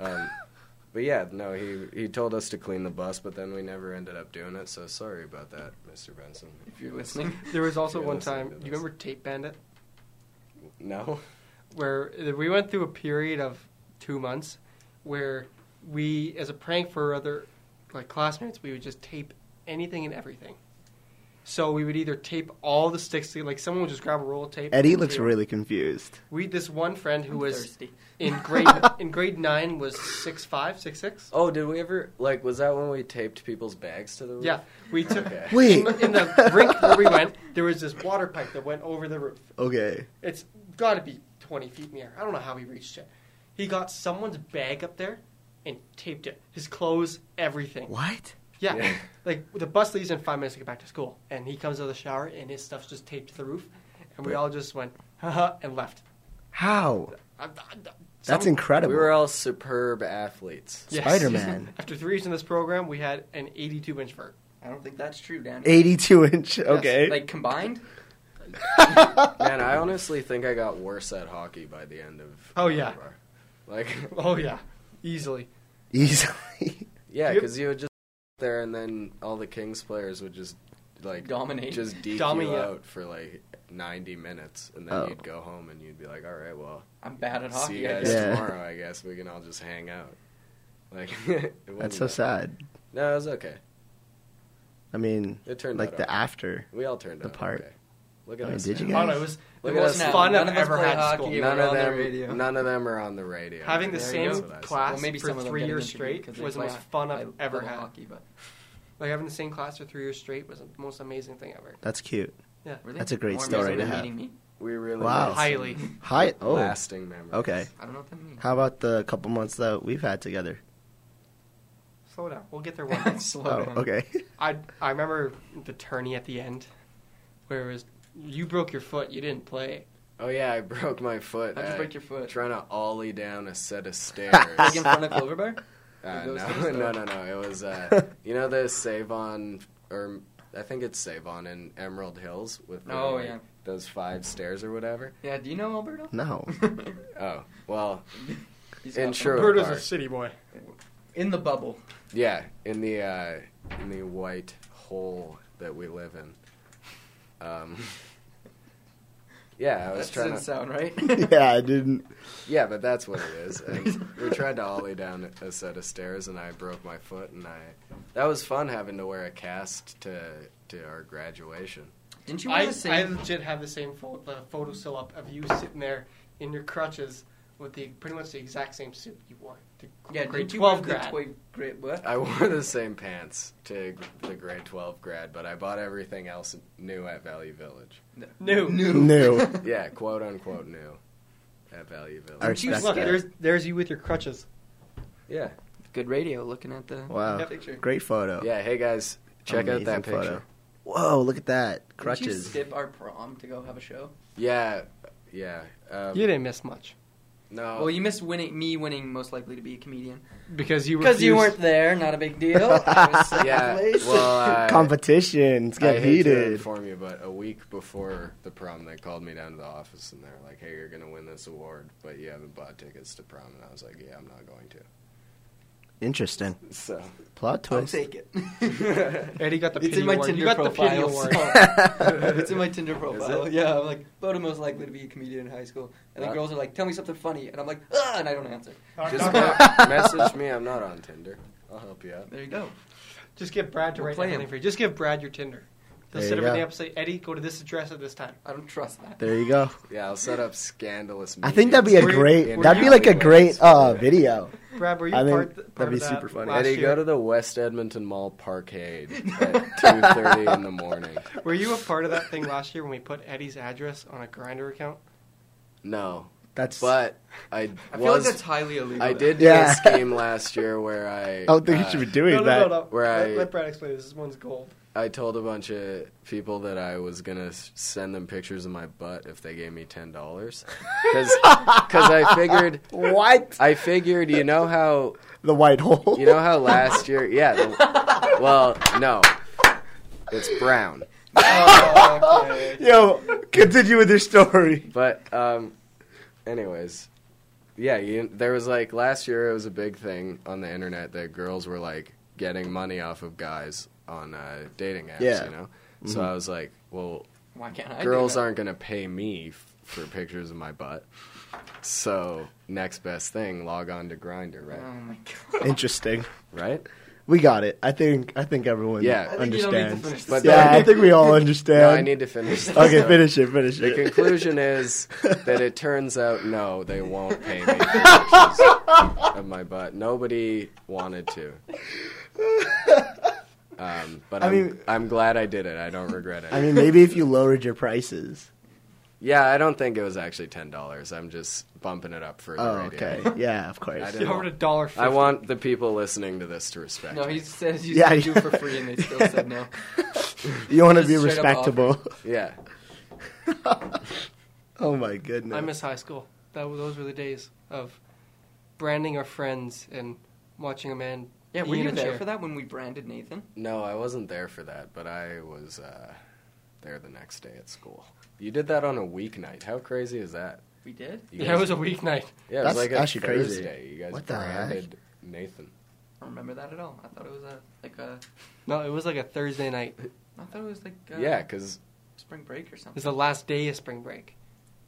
S2: Um, but yeah, no, he he told us to clean the bus, but then we never ended up doing it. So sorry about that, Mr. Benson. If
S1: you're listening.
S4: There was also
S2: You're
S4: one
S2: listening
S4: time.
S2: to
S4: Do you remember Tape Bandit?
S2: No.
S4: where uh, we went through a period of two months where we, as a prank for other like classmates, we would just tape anything and everything. So we would either tape all the sticks, to- like someone would just grab a roll of tape.
S3: Eddie
S4: and
S3: looks
S4: tape.
S3: really confused.
S4: We this one friend who
S1: I'm
S4: was
S1: thirsty.
S4: in grade in grade nine was six five six six.
S2: Oh, did we ever like? Was that when we taped people's bags to the roof?
S4: Yeah, we took
S2: Okay.
S3: Wait.
S4: in, in the rink where we went. There was this water pipe that went over the roof.
S3: Okay.
S4: It's got to be 20 feet in the air. I don't know how he reached it. He got someone's bag up there and taped it. His clothes, everything.
S3: What?
S4: Yeah.
S2: Yeah.
S4: Like, the bus leaves in five minutes to get back to school. And he comes out of the shower and his stuff's just taped to the roof. And we
S2: But-
S4: all just went, haha, and left.
S3: How?
S4: I- I- I-
S3: That's
S4: some-
S3: incredible.
S2: We were all superb athletes.
S4: Yes.
S3: Spider-Man.
S4: After three years in this program, we had an 82 inch vert.
S1: I don't think that's true, Dan.
S3: 82 inch. Okay.
S1: Like combined?
S2: Man, I honestly think I got worse at hockey by the end of.
S4: Oh, yeah.
S2: Like,
S4: Oh, yeah. Easily.
S3: Easily.
S2: yeah,
S4: Yep.
S2: because you would just there, and then all the Kings players would just like
S1: Dominate.
S2: just DQ
S4: Dominate.
S2: out for like ninety minutes, and then
S3: Oh.
S2: you'd go home and you'd be like, "All right, well,
S1: I'm bad at
S2: see
S1: hockey.
S2: you
S1: I
S2: guys
S1: guess.
S3: Yeah.
S2: tomorrow. I guess we can all just hang out." Like, it
S3: That's
S2: wasn't
S3: so
S2: that-
S3: sad.
S2: No, it was okay.
S3: I mean,
S2: It turned
S3: like
S2: out
S3: the
S2: okay.
S3: after.
S2: We all turned
S3: The
S2: out
S3: part.
S2: okay. Look at
S3: I mean,
S2: us.
S3: did you
S2: now.
S4: I don't know. It was
S2: Look
S4: the
S2: at
S4: most
S2: us now.
S4: fun
S1: None
S4: I've
S1: of us
S4: ever
S1: play
S4: had in
S1: hockey.
S4: school.
S1: Yeah,
S2: None
S1: we're
S2: of
S1: on the
S2: them.
S1: radio.
S2: None of them are on the radio.
S4: Having the
S1: There
S4: same
S1: you go.
S2: That's what I said.
S4: class
S1: Well, maybe
S4: for
S1: some of them
S4: three
S1: get
S4: years
S1: injured
S4: straight
S1: because they
S4: was the
S1: play
S4: most
S1: ho-
S4: fun I've
S1: I-
S4: ever
S1: level
S4: had.
S1: Hockey, but
S4: Like having the same class for three years straight was the most amazing thing ever.
S3: That's cute.
S4: Yeah.
S1: really?
S3: That's a great
S1: More
S3: story
S1: amazing
S3: to
S1: than
S3: have.
S1: meeting me?
S2: We really
S3: Wow.
S2: made some
S4: Highly.
S3: Hi. Oh.
S2: lasting memories.
S3: Okay.
S1: I don't know what that means.
S3: How about the couple months that we've had together?
S4: Slow down. We'll get there one day.
S1: Slow
S3: Oh,
S1: down.
S3: okay.
S4: I I remember the tourney at the end where it was you broke your foot, you didn't play.
S2: Oh yeah, I broke my foot.
S1: How'd you
S2: I-
S1: break your foot?
S2: Trying to ollie down a set of stairs.
S1: Like in front of Clover Bar?
S2: Uh,
S1: Those
S2: no,
S1: things,
S2: no,
S1: though.
S2: no, no. It was, uh, you know, the Savon, or I think it's Savon in Emerald Hills with the,
S1: Oh,
S2: like,
S1: yeah.
S2: those five stairs or whatever.
S1: Yeah, do you know Alberto?
S3: No.
S2: Oh, well,
S1: He's
S2: In
S1: got-
S2: Sherwood. Sure,
S4: Birdo's
S2: Bart.
S4: a city boy.
S1: In the bubble.
S2: yeah, in the uh, in the white hole that we live in. Um, yeah, I was
S1: That
S2: trying
S1: doesn't
S2: to.
S1: sound right.
S3: yeah, I didn't.
S2: Yeah, but that's what it is. And we tried to ollie down a set of stairs, and I broke my foot, and I that was fun having to wear a cast to to our graduation.
S1: Didn't you wear
S4: I,
S1: the
S4: I
S1: same?
S4: legit have the same photo, the photo still up of you sitting there in your crutches with the pretty much the exact same suit you wore. The
S1: yeah,
S4: grade
S1: did you wear
S4: 12
S1: the
S4: grad.
S1: toy grade what?
S2: I wore the same pants to the grade 12 grad, but I bought everything else new at Value Village.
S4: No.
S3: New.
S2: Yeah, quote unquote new at Value Village.
S3: I respect
S4: Look,
S3: that.
S4: there's there's you with your crutches.
S2: Yeah,
S1: Good radio looking at the
S3: Wow.
S1: picture.
S3: Great photo.
S2: yeah. Hey guys, check
S3: Amazing
S2: out that picture.
S3: photo. Whoa, look at that.
S1: Did you
S3: Crutches.
S1: skip our prom to go have a show?
S2: Yeah, yeah. Um,
S4: You didn't miss much
S2: No.
S1: Well, you missed winning me winning most likely to be a comedian
S4: because you
S1: because you
S4: refused-
S1: weren't there. Not a big deal. I was second
S2: Yeah,
S1: place.
S2: well, I-
S3: Competition. It's
S2: I
S3: get
S2: hate to
S3: heated.
S2: inform you, but a week before the prom, they called me down to the office and they were like, "Hey, you're gonna win this award, but you haven't bought tickets to prom." And I was like, "Yeah, I'm not going to."
S3: Interesting.
S2: So
S3: Plot
S1: I'll
S3: twist.
S1: take it.
S4: Eddie got the
S1: it's
S4: pity
S1: in my
S4: award.
S1: Tinder
S4: you got the pity
S1: profile.
S4: award.
S1: so- it's in my Tinder profile.
S2: it?
S1: Yeah, I'm like voted most likely to be a comedian in high school, and then
S2: Wow.
S1: girls are like, "Tell me something funny," and I'm like, "Ah," and I don't answer.
S2: just me- message me. I'm not on Tinder. I'll help you out.
S1: There you go.
S4: Just give Brad to
S1: We'll
S4: write
S1: play
S4: everything
S1: him.
S4: for you. Just give Brad your Tinder. They'll
S3: There
S4: set
S3: you
S4: everything
S3: go.
S4: up. Say, Eddie, go to this address at this time.
S1: I don't trust that.
S3: There you go.
S2: Yeah, I'll set up scandalous.
S3: I think that'd be
S2: meetings
S3: a
S4: Were you-
S3: great.
S2: in
S3: That'd be like a
S2: alleyways.
S3: great uh, video.
S4: Brad, were you
S3: I think
S4: part, part
S3: that'd be
S4: of that
S3: super funny.
S4: last
S2: Eddie,
S4: year?
S2: go to the West Edmonton Mall Parkade at two thirty in the morning.
S4: Were you a part of that thing last year when we put Eddie's address on a grinder account?
S2: No,
S3: That's
S2: but I
S1: I feel like
S2: was
S1: that's highly illegal,
S2: I
S1: though.
S2: did
S3: Yeah.
S2: this game last year where I
S3: I don't think you
S2: uh,
S3: should be doing No, no, that. no, no.
S2: Where
S4: let,
S2: I
S4: let Brad explain this. This one's gold.
S2: I told a bunch of people that I was gonna s- send them pictures of my butt if they gave me ten dollars, because I figured
S3: what
S2: I figured. You know how
S3: the white hole.
S2: You know how last year, yeah. The, well, no, it's brown.
S3: Yo, continue with your story.
S2: But um, anyways, yeah, you, there was like last year it was a big thing on the internet that girls were like getting money off of guys on uh, dating apps.
S1: Yeah.
S2: You know, so
S1: Mhm.
S2: I was like, well,
S1: Why can't I do
S2: Girls
S1: that?
S2: aren't gonna pay me f- for pictures of my butt. So next best thing, log on to Grinder, right?
S1: Oh my
S3: Interesting.
S2: Right?
S3: We got it. I think I think everyone
S2: Yeah,
S3: understands. yeah, I think we all understand.
S2: No, I need to finish. this,
S3: Okay,
S2: though.
S3: finish it. Finish
S2: the
S3: it.
S2: conclusion is that it turns out no, they won't pay me for pictures of my butt. Nobody wanted to. Um, but I
S3: I
S2: am
S3: mean-
S2: I'm glad I did it. I don't regret it.
S3: I mean, maybe if you lowered your prices.
S2: Yeah, I don't think it was actually ten dollars. I'm just bumping it up for the
S3: Oh,
S2: radio.
S3: okay. Yeah, of course.
S2: I didn't
S3: You
S2: want-
S3: offered a dollar
S2: I
S3: fifty.
S2: want the people listening to this to respect.
S1: No,
S2: me.
S1: he says you Yeah, said do it for free and they still said no.
S3: You want to be
S1: Just straight up
S3: respectable.
S1: offer.
S2: Yeah.
S3: oh my goodness.
S4: I miss high school. That w- those were the days of branding our friends and watching a man.
S1: Yeah,
S4: pee
S1: were
S4: in
S1: you
S4: a
S1: there
S4: chair.
S1: for that when we branded Nathan?
S2: No, I wasn't there for that, but I was uh, there the next day at school. You did that on a weeknight. How crazy is that?
S1: We did?
S2: You
S4: Yeah, it was a weeknight.
S2: Yeah, it
S4: That's
S2: was like a
S4: actually crazy.
S2: Thursday. You guys
S4: What the heck?
S2: branded Nathan.
S1: I don't remember that at all. I thought it was a like a.
S4: No, it was like a Thursday night. It
S1: I thought it was like uh
S2: Yeah, 'cause-
S1: spring break or something.
S4: was the last day of spring break.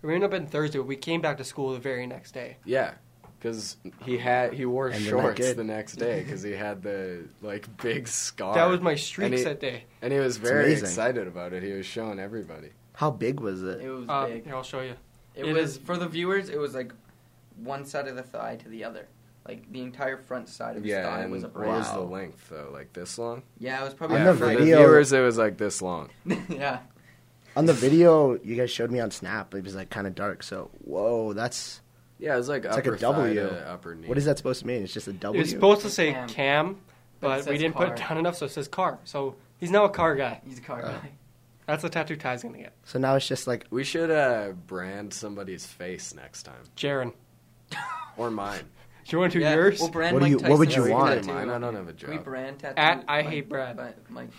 S4: We ended up in Thursday. but We came back to school the very next day.
S2: Yeah, because he had he wore
S4: And you're not
S2: shorts
S4: good.
S2: the next day because he had the like big scar.
S4: That was my
S2: And
S4: streaks
S2: he-
S4: that day.
S2: and he was
S3: It's
S2: very
S3: amazing.
S2: excited about it. He was showing everybody.
S3: How big was it?
S1: It was
S4: Uh,
S1: big.
S4: Here, I'll show you.
S1: It,
S4: It
S1: was
S4: is-
S1: for the viewers. It was like one side of the thigh to the other, like the entire front side of his
S2: Yeah,
S1: thigh
S2: and
S1: was a
S2: what
S1: brand.
S2: was the length though? Like this long?
S1: Yeah, it was probably
S2: Yeah,
S1: On the
S2: for
S3: video-
S2: the viewers. It was like this long.
S1: yeah,
S3: On the video you guys showed me on Snap, it was like kind of dark. So whoa, that's
S2: Yeah, it was like
S3: it's like
S2: upper
S3: a W.
S2: thigh to upper knee.
S3: What is that supposed to mean? It's just a
S4: It
S3: W.
S4: was supposed to say
S1: Cam.
S4: cam,
S1: But it
S4: but we
S1: says
S4: didn't put it
S1: car.
S4: down enough, so it says car. So he's now a car guy.
S1: He's a car guy.
S4: That's the tattoo Ty's gonna get.
S3: so now it's just like
S2: We should uh, brand somebody's face next time,
S4: Jaron.
S2: or mine.
S4: You want to do
S1: Yeah,
S4: yours?
S1: We'll brand
S3: What do
S1: Mike
S3: you- what would
S1: Tyson's
S3: you want?
S1: tattoo.
S2: Mine, I don't have a
S1: Can We
S2: job.
S1: brand tattoo.
S4: At I
S1: Mike-
S4: hate Brad.
S1: Mike, Mike,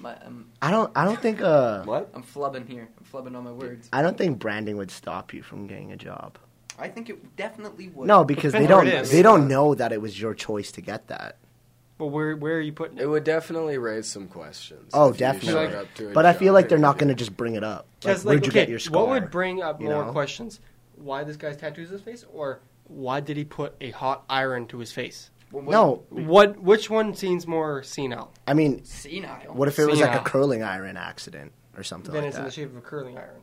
S1: my, um,
S3: I don't. I don't think. Uh,
S2: what?
S1: I'm flubbing here. I'm flubbing all my words.
S3: I don't think branding would stop you from getting a job.
S1: I think it definitely would.
S3: No, because they
S4: Depends where
S3: don't.
S4: it is.
S3: They don't know that it was your choice to get that.
S4: Well, where where are you putting
S2: It would definitely raise some questions.
S3: Oh,
S2: if you showed
S3: definitely.
S2: up to a
S3: But I feel
S2: job
S3: like they're
S2: interview.
S3: not going to just bring it up. Like,
S4: Just
S3: where'd you
S4: okay,
S3: get your scar?
S4: What would bring up
S3: you
S4: more
S3: know?
S4: questions? Why this guy's tattoos his face, or why did he put a hot iron to his face?
S3: No.
S4: What? Which one seems more senile?
S3: I mean,
S1: Senile.
S3: what if it was like a
S4: Senile.
S3: curling iron accident or something
S4: then
S3: like
S4: it's in the
S3: that?
S4: shape of a curling iron.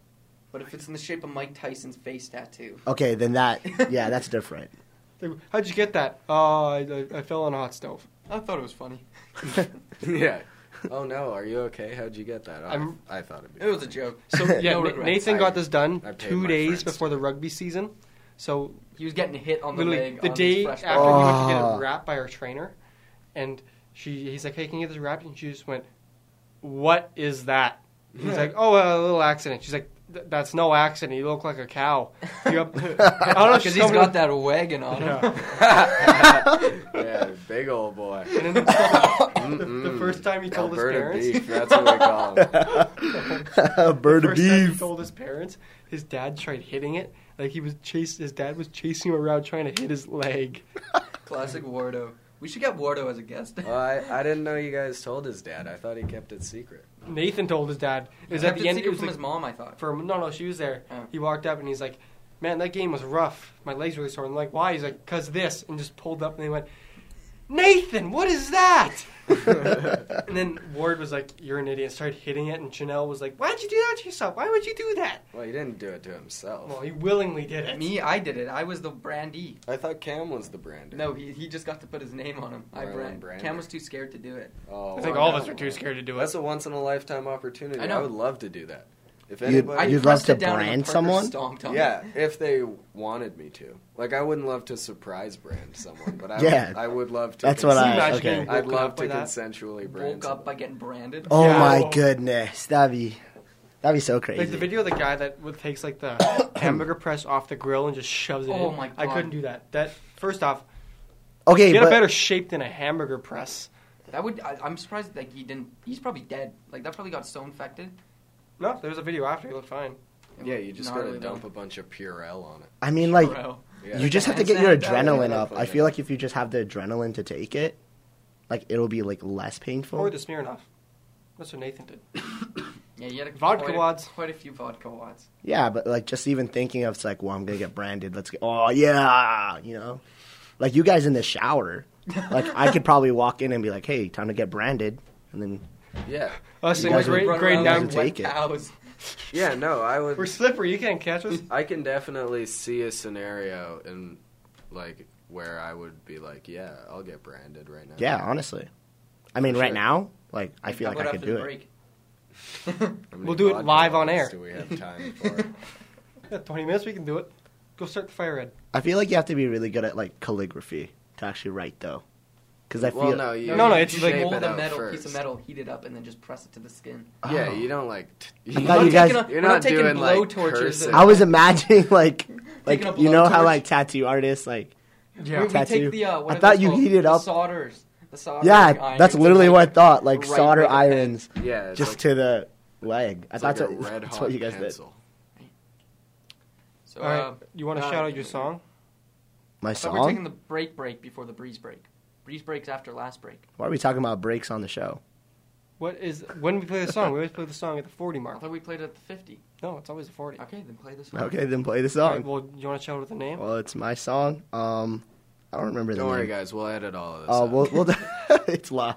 S1: But if it's in the shape of Mike Tyson's face tattoo,
S3: okay, then that. Yeah, that's different.
S4: They- How'd you get that? Oh, I, I- I fell on a hot stove.
S1: I thought it was funny.
S2: yeah. Oh no, are you okay? How'd you get that? off?
S4: I'm-
S2: I thought it'd be.
S1: It was a joke.
S4: So yeah, Na- Nathan got this done
S2: I paid
S4: two
S2: my
S4: days
S2: friends.
S4: before the rugby season. So
S1: He was getting hit on the
S4: literally
S1: leg.
S4: the
S1: on his
S4: day
S1: fresh
S4: after
S1: back.
S4: Oh. he went to get
S3: Ah.
S4: it wrapped by our trainer, and she he's like, "Hey, can you get this wrapped?" And she just went, "What is that?" He's
S1: Yeah.
S4: like, "Oh, a little accident." She's like, "Th- "That's no accident. You look like a cow." You up- I don't know if she
S1: because he's
S4: told me-
S1: got that wagon on him.
S2: yeah, big old boy.
S4: And then the,
S2: Mm-mm.
S1: Mm.
S4: the first time he told
S2: Alberta
S4: his parents,
S2: beef, that's what we call
S3: 'em. Bird
S4: the
S3: of
S4: first time he
S3: beef.
S4: told his parents, his dad tried hitting it. Like he was chased. His dad was chasing him around trying to hit his leg.
S1: Classic Wardo. We should get Wardo as a guest.
S4: Uh,
S2: Well, I, I didn't know you guys told his dad. I thought he kept it secret.
S4: Nathan told his dad. It was at
S1: Kept
S4: the
S1: it
S4: end.
S1: secret
S4: It was
S1: from
S4: the-
S1: his mom, I thought.
S4: for no no she was there
S1: Oh.
S4: he walked up and he's like man that game was rough my legs really sore i'm like why he's like because this and just pulled up and they went nathan what is that and then ward was like you're an idiot started hitting it and chanel was like why'd you do that to yourself why would you do that
S2: Well, he didn't do it to himself.
S4: well he willingly did it
S1: Me, I did it. I was the brandee.
S2: I thought Cam was the brander.
S1: No, he, he just got to put his name on him. I
S2: Marlon
S1: brand.
S2: Brando.
S1: Cam was too scared to do it.
S2: Oh,
S4: i think
S2: wow.
S4: all of us are too scared to do it
S2: That's a once in a lifetime opportunity.
S1: I
S2: I,
S1: know.
S2: would love to do that. If
S3: You'd-
S2: anybody,
S3: you'd I love pressed to it down in the brand park or someone?
S1: stomped on
S2: Yeah, if they wanted me to. Like, I wouldn't love to surprise brand someone, but I,
S3: Yeah.
S2: would, I would love to.
S3: That's what I-
S2: consensually-
S3: okay. Imagine you
S2: I'd
S1: woke
S2: love
S1: up
S2: to
S1: with that.
S2: consensually brand.
S1: Woke up by getting branded.
S3: Oh my goodness, that'd be that'd be so
S4: Like the
S3: crazy.
S4: video of the guy that would- takes like the hamburger press off the grill and just shoves it
S1: Oh
S4: in.
S1: my
S4: I
S1: God.
S4: couldn't do that. That first off,
S3: Okay,
S4: get
S3: but-
S4: a better shape than a hamburger press.
S1: That would. I, I'm surprised. Like he didn't. He's probably dead. Like that probably got so infected.
S4: No, there was a video after. He looked fine.
S2: Yeah, you just
S1: Not
S2: gotta
S1: really,
S2: dump a bunch of Purell on it.
S3: I mean, like
S2: Yeah.
S3: you just have to
S2: Hands
S3: get your
S2: down, down,
S3: adrenaline
S2: down,
S3: up. I
S2: down.
S3: feel like if you just have the adrenaline to take it, like it'll be like less painful.
S4: Or the Smirnoff. That's what Nathan did.
S1: yeah, you had a
S4: vodka
S1: quite a-
S4: wads.
S1: Quite a few vodka wads.
S3: Yeah, but like just even thinking of it's like, well, I'm gonna get branded. Let's get. Oh yeah, you know, like you guys in the shower. Like I could probably walk in and be like, hey, time to get branded, and then
S2: Yeah.
S4: Us
S3: You
S4: in like
S3: guys would
S4: grade,
S3: run
S4: grade
S3: around
S4: nine
S3: as a take it.
S1: Cows.
S2: Yeah, no, I would.
S4: We're slippery. You can't catch us.
S2: I can definitely see a scenario in, like, where I would be like, yeah, I'll get branded right now.
S3: yeah, honestly, I mean, right now, like I feel like I could do it.
S2: How many
S4: We'll do it
S2: vodka
S4: live on
S2: bottles
S4: air.
S2: Do we have time for?
S4: Yeah, 20 minutes, we can do it. Go start the fire red.
S3: I feel like you have to be really good at like calligraphy to actually write though, because I feel
S2: Well, no, you
S4: No, no,
S2: you
S4: it's
S2: shape
S4: like-
S2: it
S1: Mold a
S2: out
S1: metal
S2: first.
S1: piece of metal, heat it up, and then just press it to the skin.
S2: Yeah, you don't like. T-
S3: Oh. I thought you guys-
S1: taking a-
S2: you're
S1: we're
S2: not
S1: not taking
S2: doing
S1: blow
S2: like
S1: torches
S2: cursive.
S1: and-
S3: I was imagining like like
S1: Taking a
S3: you know how
S1: blowtorch.
S3: like tattoo artists like
S1: We- we,
S3: tattoo.
S1: take the. Uh, what
S3: I
S1: are
S3: thought
S1: those
S3: you
S1: called?
S3: heat it
S1: the
S3: up.
S1: Solders. The soldering
S3: Yeah,
S1: irons
S3: that's
S1: and,
S3: literally
S1: like,
S3: what I thought. Like
S1: right
S3: solder
S1: with a pen.
S3: irons,
S2: Yeah, it's
S3: just
S2: like-
S3: to the leg. I
S2: It's
S3: thought
S2: like a
S3: that-
S2: red
S3: that's
S2: hot
S3: what you guys
S2: pencil.
S1: So,
S4: All right.
S1: uh,
S4: you want to
S1: uh,
S4: shout out your song?
S3: did. My
S1: I thought we We're taking
S3: song.
S1: the break break before the breeze break. Breeze breaks after last break.
S3: Why are we talking about breaks on the show?
S4: What is when we play the song? We always play the song at the 40
S1: I
S4: mark.
S1: thought we played at the 50.
S4: No, it's always the 40.
S1: Okay, then play this one.
S3: Okay, then play the
S4: All right,
S3: song.
S4: well, you want to shout out the name?
S3: Well, it's my song. Um, I don't remember the
S2: Don't worry,
S3: name.
S2: guys. We'll edit all of this.
S3: Uh,
S2: out.
S3: we'll, we'll it's live.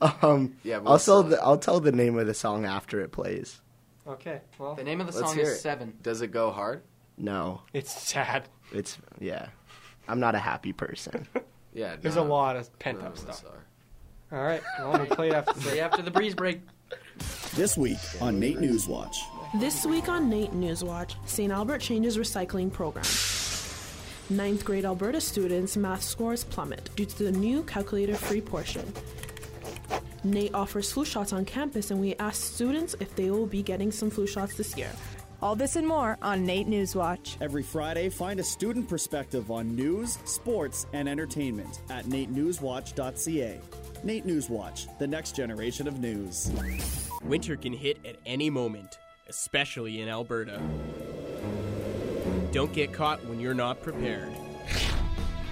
S3: Um,
S2: Yeah,
S3: yeah,
S2: we'll
S3: I'll tell
S2: sell it.
S3: the, I'll tell the name of the song after it plays.
S4: Okay. Well,
S1: The name of the
S2: Let's
S1: song
S2: hear
S1: is
S2: it.
S1: Seven.
S2: Does it go hard?
S3: No,
S4: it's sad.
S3: it's yeah. I'm not a happy person.
S2: Yeah.
S4: There's
S2: no.
S4: a lot of pent
S2: None
S4: up
S2: of us
S4: stuff.
S2: are.
S4: All right. Well, we'll play it after. the
S1: Play
S4: break.
S1: after the breeze break.
S11: This week on Nate News Watch.
S15: This week on Nate Newswatch, St. Albert changes recycling program. Ninth grade Alberta students' math scores plummet due to the new calculator free portion. Nate offers flu shots on campus, and we ask students if they will be getting some flu shots this year.
S16: All this and more on Nate Newswatch.
S11: Every Friday, find a student perspective on news, sports, and entertainment at natenewswatch.ca. Nate Newswatch, the next generation of news.
S17: Winter can hit at any moment, especially in Alberta. Don't get caught when you're not prepared.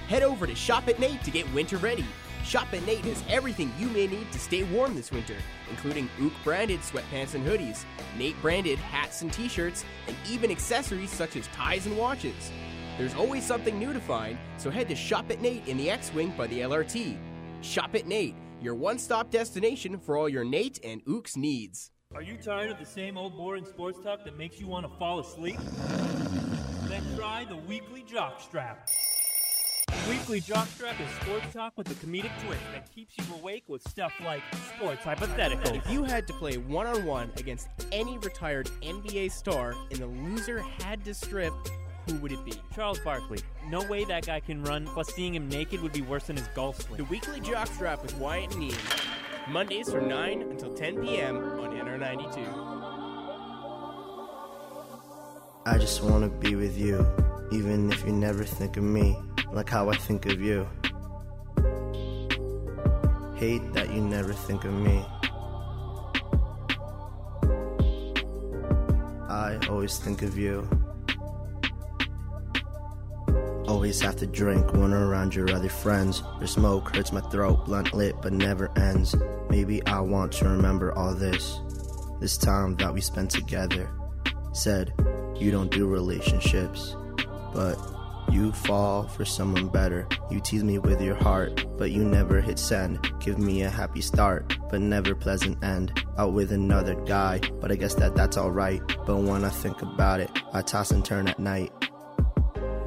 S17: Head over to Shop at Nate to get winter ready. Shop at Nate has everything you may need to stay warm this winter, including Ook branded sweatpants and hoodies, Nate branded hats and t shirts, and even accessories such as ties and watches. There's always something new to find, so head to Shop at Nate in the X Wing by the LRT. Shop at Nate, your one stop destination for all your Nate and Ook's needs.
S18: Are you tired of the same old boring sports talk that makes you want to fall asleep? Then try the Weekly Jockstrap. Weekly Jockstrap is sports talk with a comedic twist that keeps you awake with stuff like sports hypotheticals.
S17: If you had to play one on one against any retired NBA star and the loser had to strip, who would it be?
S18: Charles Barkley. No way that guy can run, plus seeing him naked would be worse than his golf swing.
S17: The Weekly Jockstrap with Wyatt and Ian. Mondays from 9 until 10 p.m. on NR92.
S19: I just wanna be with you, even if you never think of me, like how I think of you. Hate that you never think of me. I always think of you. Always have to drink when around your other friends. Your smoke hurts my throat, blunt lit but never ends. Maybe I want to remember all this. This time that we spent together. Said, you don't do relationships, but you fall for someone better. You tease me with your heart, but you never hit send. Give me a happy start, but never pleasant end. Out with another guy, but I guess that that's alright. But when I think about it, I toss and turn at night.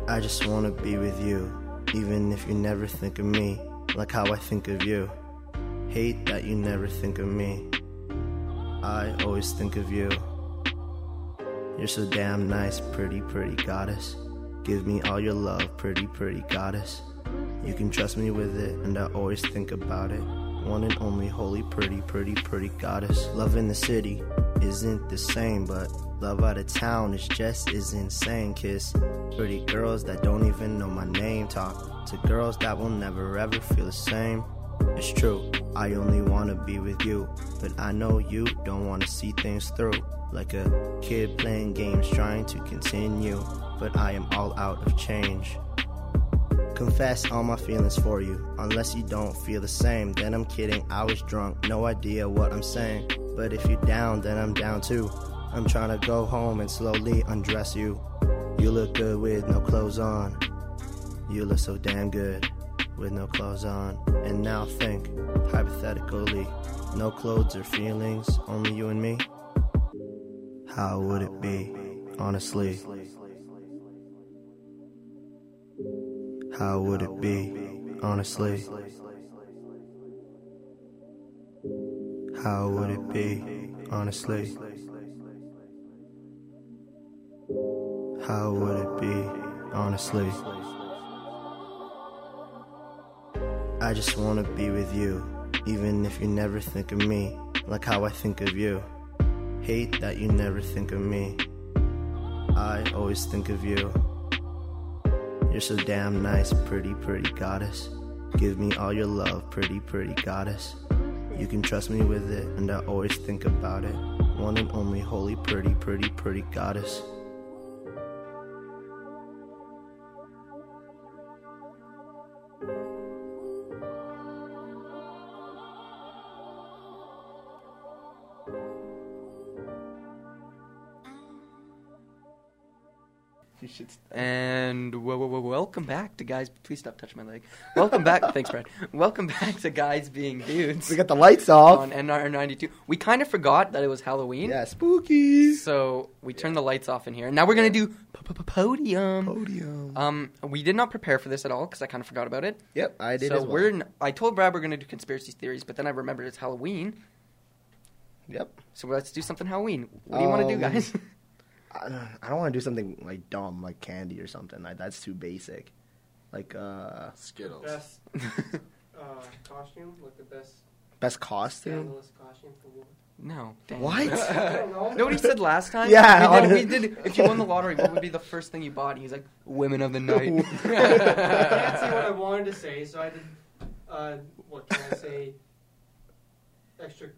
S19: I just wanna be with you, even if you never think of me, like how I think of you. Hate that you never think of me. I always think of you.
S3: You're so damn nice, pretty, pretty goddess. Give me all your love, pretty, pretty goddess. You can trust me with it, and I always think about it. One and only holy, pretty, pretty, pretty goddess. Love in the city isn't the same, but love out of town is just as insane. Kiss pretty girls that don't even know my name. Talk to girls that will never ever feel the same. It's true, I only wanna be with you, but I know you don't wanna see things through. Like a kid playing games trying to continue, but I am all out of change. Confess all my feelings for you, unless you don't feel the same. Then I'm kidding, I was drunk, no idea what I'm saying. But if you're down, then I'm down too. I'm trying to go home and slowly undress you. You look good with no clothes on. You look so damn good with no clothes on. And now think, hypothetically, no clothes or feelings, only you and me. How would it be, honestly? How would it be, honestly? How would it be, honestly? How would it be, honestly? I just wanna be with you, even if you never think of me, like how I think of you. Hate that you never think of me. I always think of you. You're so damn nice, pretty, pretty goddess. Give me all your love, pretty, pretty goddess. You can trust me with it, and I always think about it. One and only holy, pretty, pretty, pretty goddess.
S1: You should. And w- w- welcome back to guys. Please stop touching my leg. Welcome back. Thanks, Brad. Welcome back to guys being dudes.
S20: We got the lights off.
S1: on NR ninety two. We kind of forgot that it was Halloween. Yeah,
S20: spooky.
S1: So we turned the lights off in here, and now we're gonna do podium. Podium. Um, we did not prepare for this at all because I kind of forgot about it.
S20: Yep, I did
S1: So
S20: as well.
S1: we're. N- I told Brad we're gonna do conspiracy theories, but then I remembered it's Halloween.
S20: Yep.
S1: So let's do something Halloween. What do you want to do,
S20: Um,
S1: guys?
S20: I don't, I don't want to do something like dumb, like candy or something. Like that's too basic. Like uh,
S4: Best uh, costume, like the best
S20: Best costume.
S4: scandalous costume for women.
S1: No.
S20: What?
S4: I don't know.
S1: Nobody said last time.
S20: Yeah,
S1: we did,
S20: on-
S1: we did. If you won the lottery, what would be the first thing you bought? And he's like, "Women of the night."
S4: I can't see what I wanted to say, so I did. Uh, what can I say? Extra.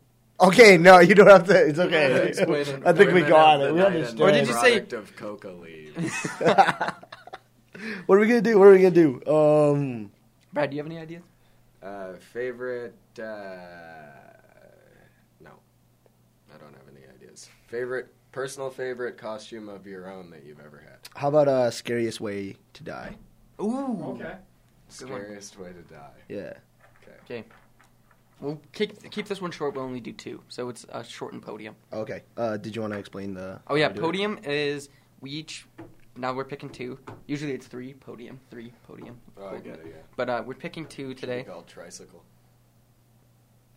S20: Okay, no, you don't have to. It's okay.
S2: Explain it.
S20: I think we
S2: Women
S20: got
S2: of
S20: it.
S2: the
S20: We
S2: night and
S20: understand.
S2: the product of coca leaves?
S20: what are we gonna do? What are we gonna do? Um,
S1: Brad, do you have any ideas?
S2: uh, favorite? Uh, no, I don't have any ideas. Favorite personal favorite costume of your own that you've ever had?
S20: how about uh, scariest way to die?
S1: Ooh.
S4: Okay.
S2: Scariest way to die.
S20: Yeah.
S1: Okay. We'll keep, keep this one short. We'll only do two, so it's a shortened podium.
S20: Okay. Uh, did you want to explain the?
S1: Oh yeah,
S20: how to do it?
S1: podium is we each. Now we're picking two. Usually it's three podium, three podium.
S2: Oh, I get it, yeah.
S1: But uh, we're picking two today.
S2: Called tricycle.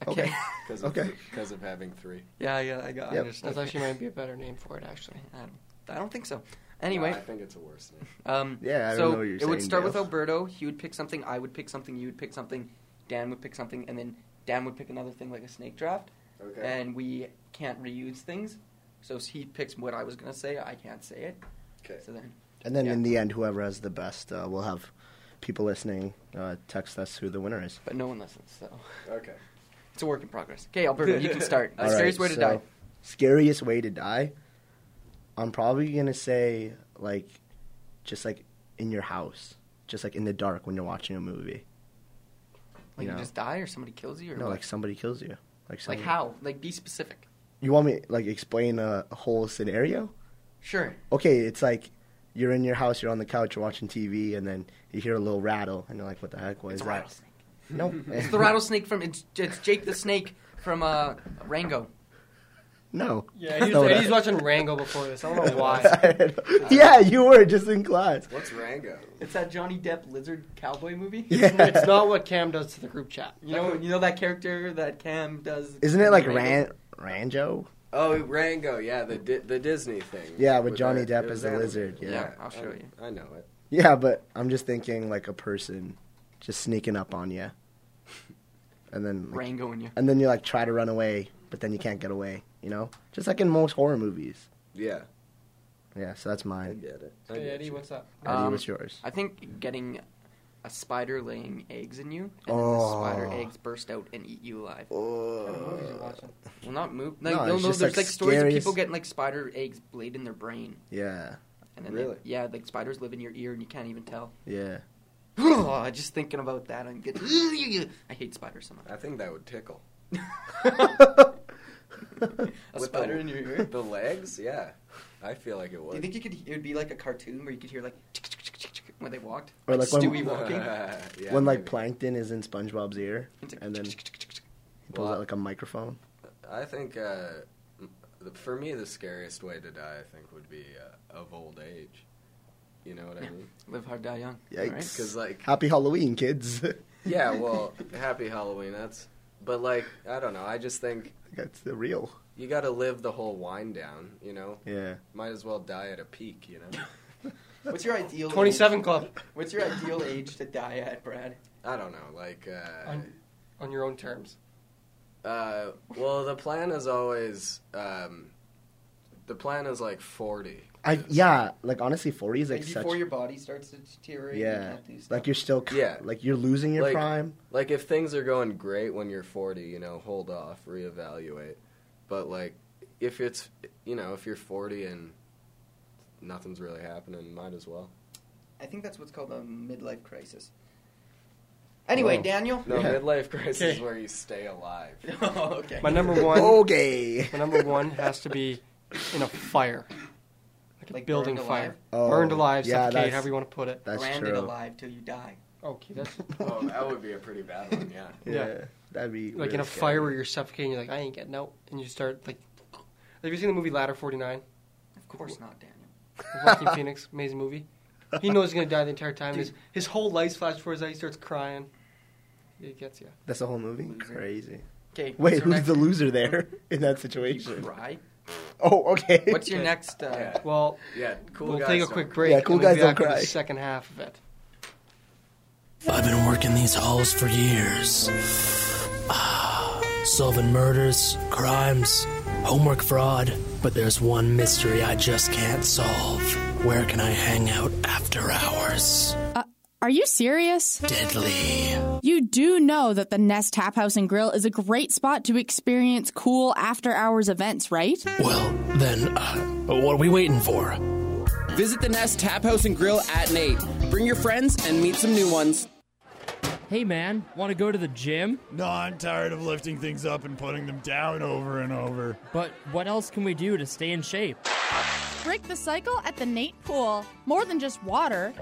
S1: Okay.
S2: Because of, Because of having three.
S1: Yeah, yeah, I got. I
S2: Yep.
S1: understand.
S4: That actually might be a better name for it, actually.
S1: I don't, I don't think so. Anyway,
S2: No, I think it's a worse name.
S1: Um,
S20: Yeah, I
S1: so
S20: know what you're
S1: it would
S20: saying,
S1: start with
S20: Dale.
S1: Alberto. He would pick something. I would pick something. You would pick something. Dan would pick something, and then Dan would pick another thing like a snake draft.
S2: Okay.
S1: And we can't reuse things, so he picks what I was gonna say. I can't say it.
S2: Okay.
S1: So then,
S20: And then in the end, whoever has the best, uh, we'll have people listening uh, text us who the winner is.
S1: but no one listens, so
S2: Okay.
S1: it's a work in progress. Okay, Alberto, you can start. A
S20: All right,
S1: serious Uh, way to
S20: so,
S1: die.
S20: Scariest way to die. I'm probably gonna say like, just like in your house, just like in the dark when you're watching a movie.
S1: Like you,
S20: know?
S1: just die, or somebody kills you, or
S20: no,
S1: what?
S20: like somebody kills you. Like,
S1: like
S20: somebody-
S1: how? Like be specific.
S20: You want me like explain a whole scenario?
S1: Sure.
S20: okay, it's like you're in your house, you're on the couch, you're watching TV, and then you hear a little rattle, and you're like, "What the heck? What is
S1: It's a
S20: that?"
S1: rattlesnake.
S20: Nope.
S1: It's the rattlesnake from it's, it's Jake the Snake from uh, Rango.
S20: No.
S4: Yeah, he was,
S20: No,
S4: Eddie's
S20: that-
S4: watching Rango before this. I don't know why.
S20: yeah, you were just in class.
S2: What's Rango?
S1: It's that Johnny Depp lizard cowboy movie.
S20: Yeah.
S4: It's not what Cam does to the group chat.
S1: You know, you know that character that Cam does.
S20: Isn't it like
S1: Rango?
S20: Ran Ranjo?
S2: Oh, Rango, yeah, the Di- the Disney thing.
S3: Yeah, with Johnny
S2: that-
S3: Depp
S2: it was
S3: as the
S2: anime.
S3: lizard, yeah. Yeah,
S1: I'll show
S2: I-
S1: you.
S2: I know it.
S3: Yeah, but I'm just thinking like a person just sneaking up on you, and then like,
S1: Rangoing you.
S3: and then you like try to run away, but then you can't get away. You know, just like in most horror movies.
S2: Yeah.
S3: Yeah, so that's mine.
S2: I get it.
S4: Hey, Eddie, what's up?
S3: Eddie,
S1: Um,
S3: what's yours?
S1: I think getting a spider laying eggs in you, and
S3: Oh.
S1: then the spider eggs burst out and eat you alive.
S3: Oh.
S1: Well, not move.
S3: No,
S1: Like, no,
S3: it's
S1: no,
S3: just,
S1: there's like,
S3: like,
S1: stories
S3: scary
S1: of people
S3: as-
S1: getting like spider eggs laid in their brain,
S3: Yeah,
S1: and then
S3: Really?
S1: they, yeah, like spiders live in your ear and you can't even tell.
S3: yeah.
S1: just thinking about that, I'm getting. I hate spiders so much.
S2: I think that would tickle.
S1: a
S2: With
S1: spider
S2: the,
S1: in your ear.
S2: The legs, yeah. I feel like it would.
S1: Do you think you could? It would be like a cartoon where you could hear like when they walked,
S3: Or like when-
S1: Stewie walking.
S2: Yeah,
S3: when like plankton is in SpongeBob's ear, and then he pulls
S2: Well,
S3: out like a microphone.
S2: I think uh, m- the, for me the scariest way to die, I think, would be uh, of old age. You know what I mean?
S1: Live hard, die young.
S3: Yikes!
S2: Because like,
S3: happy Halloween, kids.
S2: yeah, well, happy Halloween. That's, but like, I don't know. I just think
S3: that's the real.
S2: you got to live the whole wind down. You know,
S3: Yeah.
S2: might as well die at a peak. You know,
S1: What's your ideal?
S4: 27
S1: age?
S4: Club.
S1: What's your ideal age to die at, Brad?
S2: I don't know. Like, uh,
S4: On, on your own terms.
S2: Uh, well, the plan is always um, the plan is like forty.
S3: I yeah, like honestly, forty is like
S1: Like,
S3: such
S1: before your body starts to deteriorate. you
S3: yeah,
S1: can't do stuff.
S3: like you're still c-
S2: Yeah.
S3: like you're losing your
S2: like,
S3: prime.
S2: Like if things are going great when you're forty, you know, hold off, reevaluate. But like if it's you know if you're forty and nothing's really happening, might as well.
S1: I think that's what's called a midlife crisis. Anyway,
S2: Oh.
S1: Daniel.
S2: No, midlife crisis is
S1: Okay.
S2: where you stay alive.
S1: Oh, okay.
S4: My number one.
S3: Oh, Okay.
S4: My number one has to be in a fire. Like a
S1: Like
S4: building
S1: burned
S4: fire.
S1: alive?
S3: Oh,
S4: burned alive,
S3: yeah,
S4: suffocated,
S3: that's-
S4: however you want to put it.
S3: that's
S1: Branded
S3: true.
S1: alive till you die.
S4: Okay, that's
S2: oh, that would be a pretty bad one, yeah.
S3: Yeah, that'd be
S4: like in
S3: really scary.
S4: a fire where you're suffocating. You're like, I ain't getting out, and you start like. Have you seen the movie Ladder Forty Nine?
S1: Of course not, Daniel.
S4: Joaquin Phoenix, amazing movie. He knows he's gonna die the entire time. His, his whole life's flashed before his eyes. He starts crying. It gets you.
S3: That's the whole movie. Crazy.
S1: 'Kay,
S3: Wait,
S1: what's your
S3: who's
S1: next-
S3: the loser there in that situation?
S1: Cry.
S3: Oh, okay.
S1: What's your next? Uh,
S4: Well,
S2: yeah, cool
S4: we'll
S2: guys
S4: take a
S2: don't
S4: quick
S2: cry.
S4: break.
S3: Yeah, cool
S4: and we'll
S3: guys
S4: be
S3: don't
S4: back with
S3: cry.
S4: The second half of it.
S21: I've been working these halls for years. Ah, solving murders, crimes, homework fraud. But there's one mystery I just can't solve. Where can I hang out after hours?
S22: Are you serious?
S21: Deadly.
S22: You do know that the Nest Tap House and Grill is a great spot to experience cool after hours events, right?
S21: Well, then, uh, what are we waiting for?
S5: Visit the Nest Tap House and Grill at Nate. Bring your friends and meet some new ones.
S23: Hey man, want to go to the gym?
S24: No, I'm tired of lifting things up and putting them down over and over.
S23: But what else can we do to stay in shape?
S22: Break the cycle at the Nate Pool. More than just water,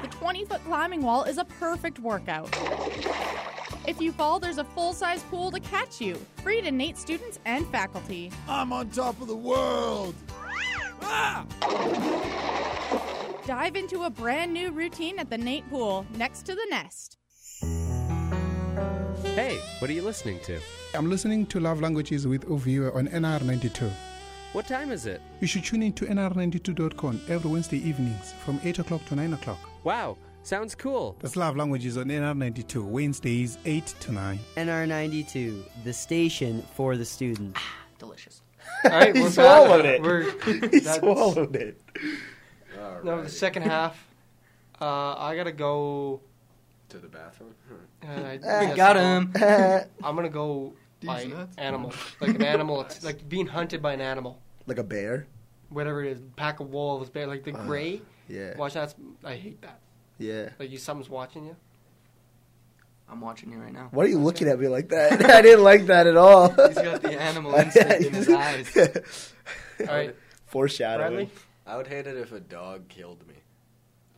S22: the 20 foot climbing wall is a perfect workout. If you fall, there's a full size pool to catch you, free to Nate students and faculty.
S24: I'm on top of the world.
S22: Dive into a brand new routine at the Nate Pool next to the nest.
S25: Hey, what are you listening to?
S26: I'm listening to Love Languages with Oviewer on NR92.
S25: What time is it?
S26: You should tune in to NR92.com every Wednesday evenings from 8 o'clock to 9 o'clock.
S25: Wow, sounds cool.
S26: That's Love Languages on NR92, Wednesdays 8 to 9.
S27: NR92, the station for the student.
S1: Delicious.
S4: All right,
S27: He
S4: we're
S27: swallowed
S4: back.
S27: it.
S4: We're,
S27: He
S4: that's-
S27: swallowed it.
S4: No, the second half. Uh, I gotta go.
S2: To the bathroom. Hmm.
S4: Uh, I
S1: Ah,
S4: guess
S1: got
S4: I'll-
S1: him.
S4: I'm gonna go
S1: These
S4: by
S1: nuts.
S4: animal, like an animal, it's like being hunted by an animal,
S3: Like a bear?
S4: whatever it is, pack of wolves, bear, like the
S3: Ah,
S4: gray.
S3: yeah.
S4: Watch that. I hate that.
S3: Yeah.
S4: Like you, something's watching you.
S1: I'm watching you right now.
S3: Why are you looking at me like that? I didn't like that at all.
S1: He's got the animal instinct in his eyes.
S3: All right. Foreshadowing.
S2: I would hate it if a dog killed me.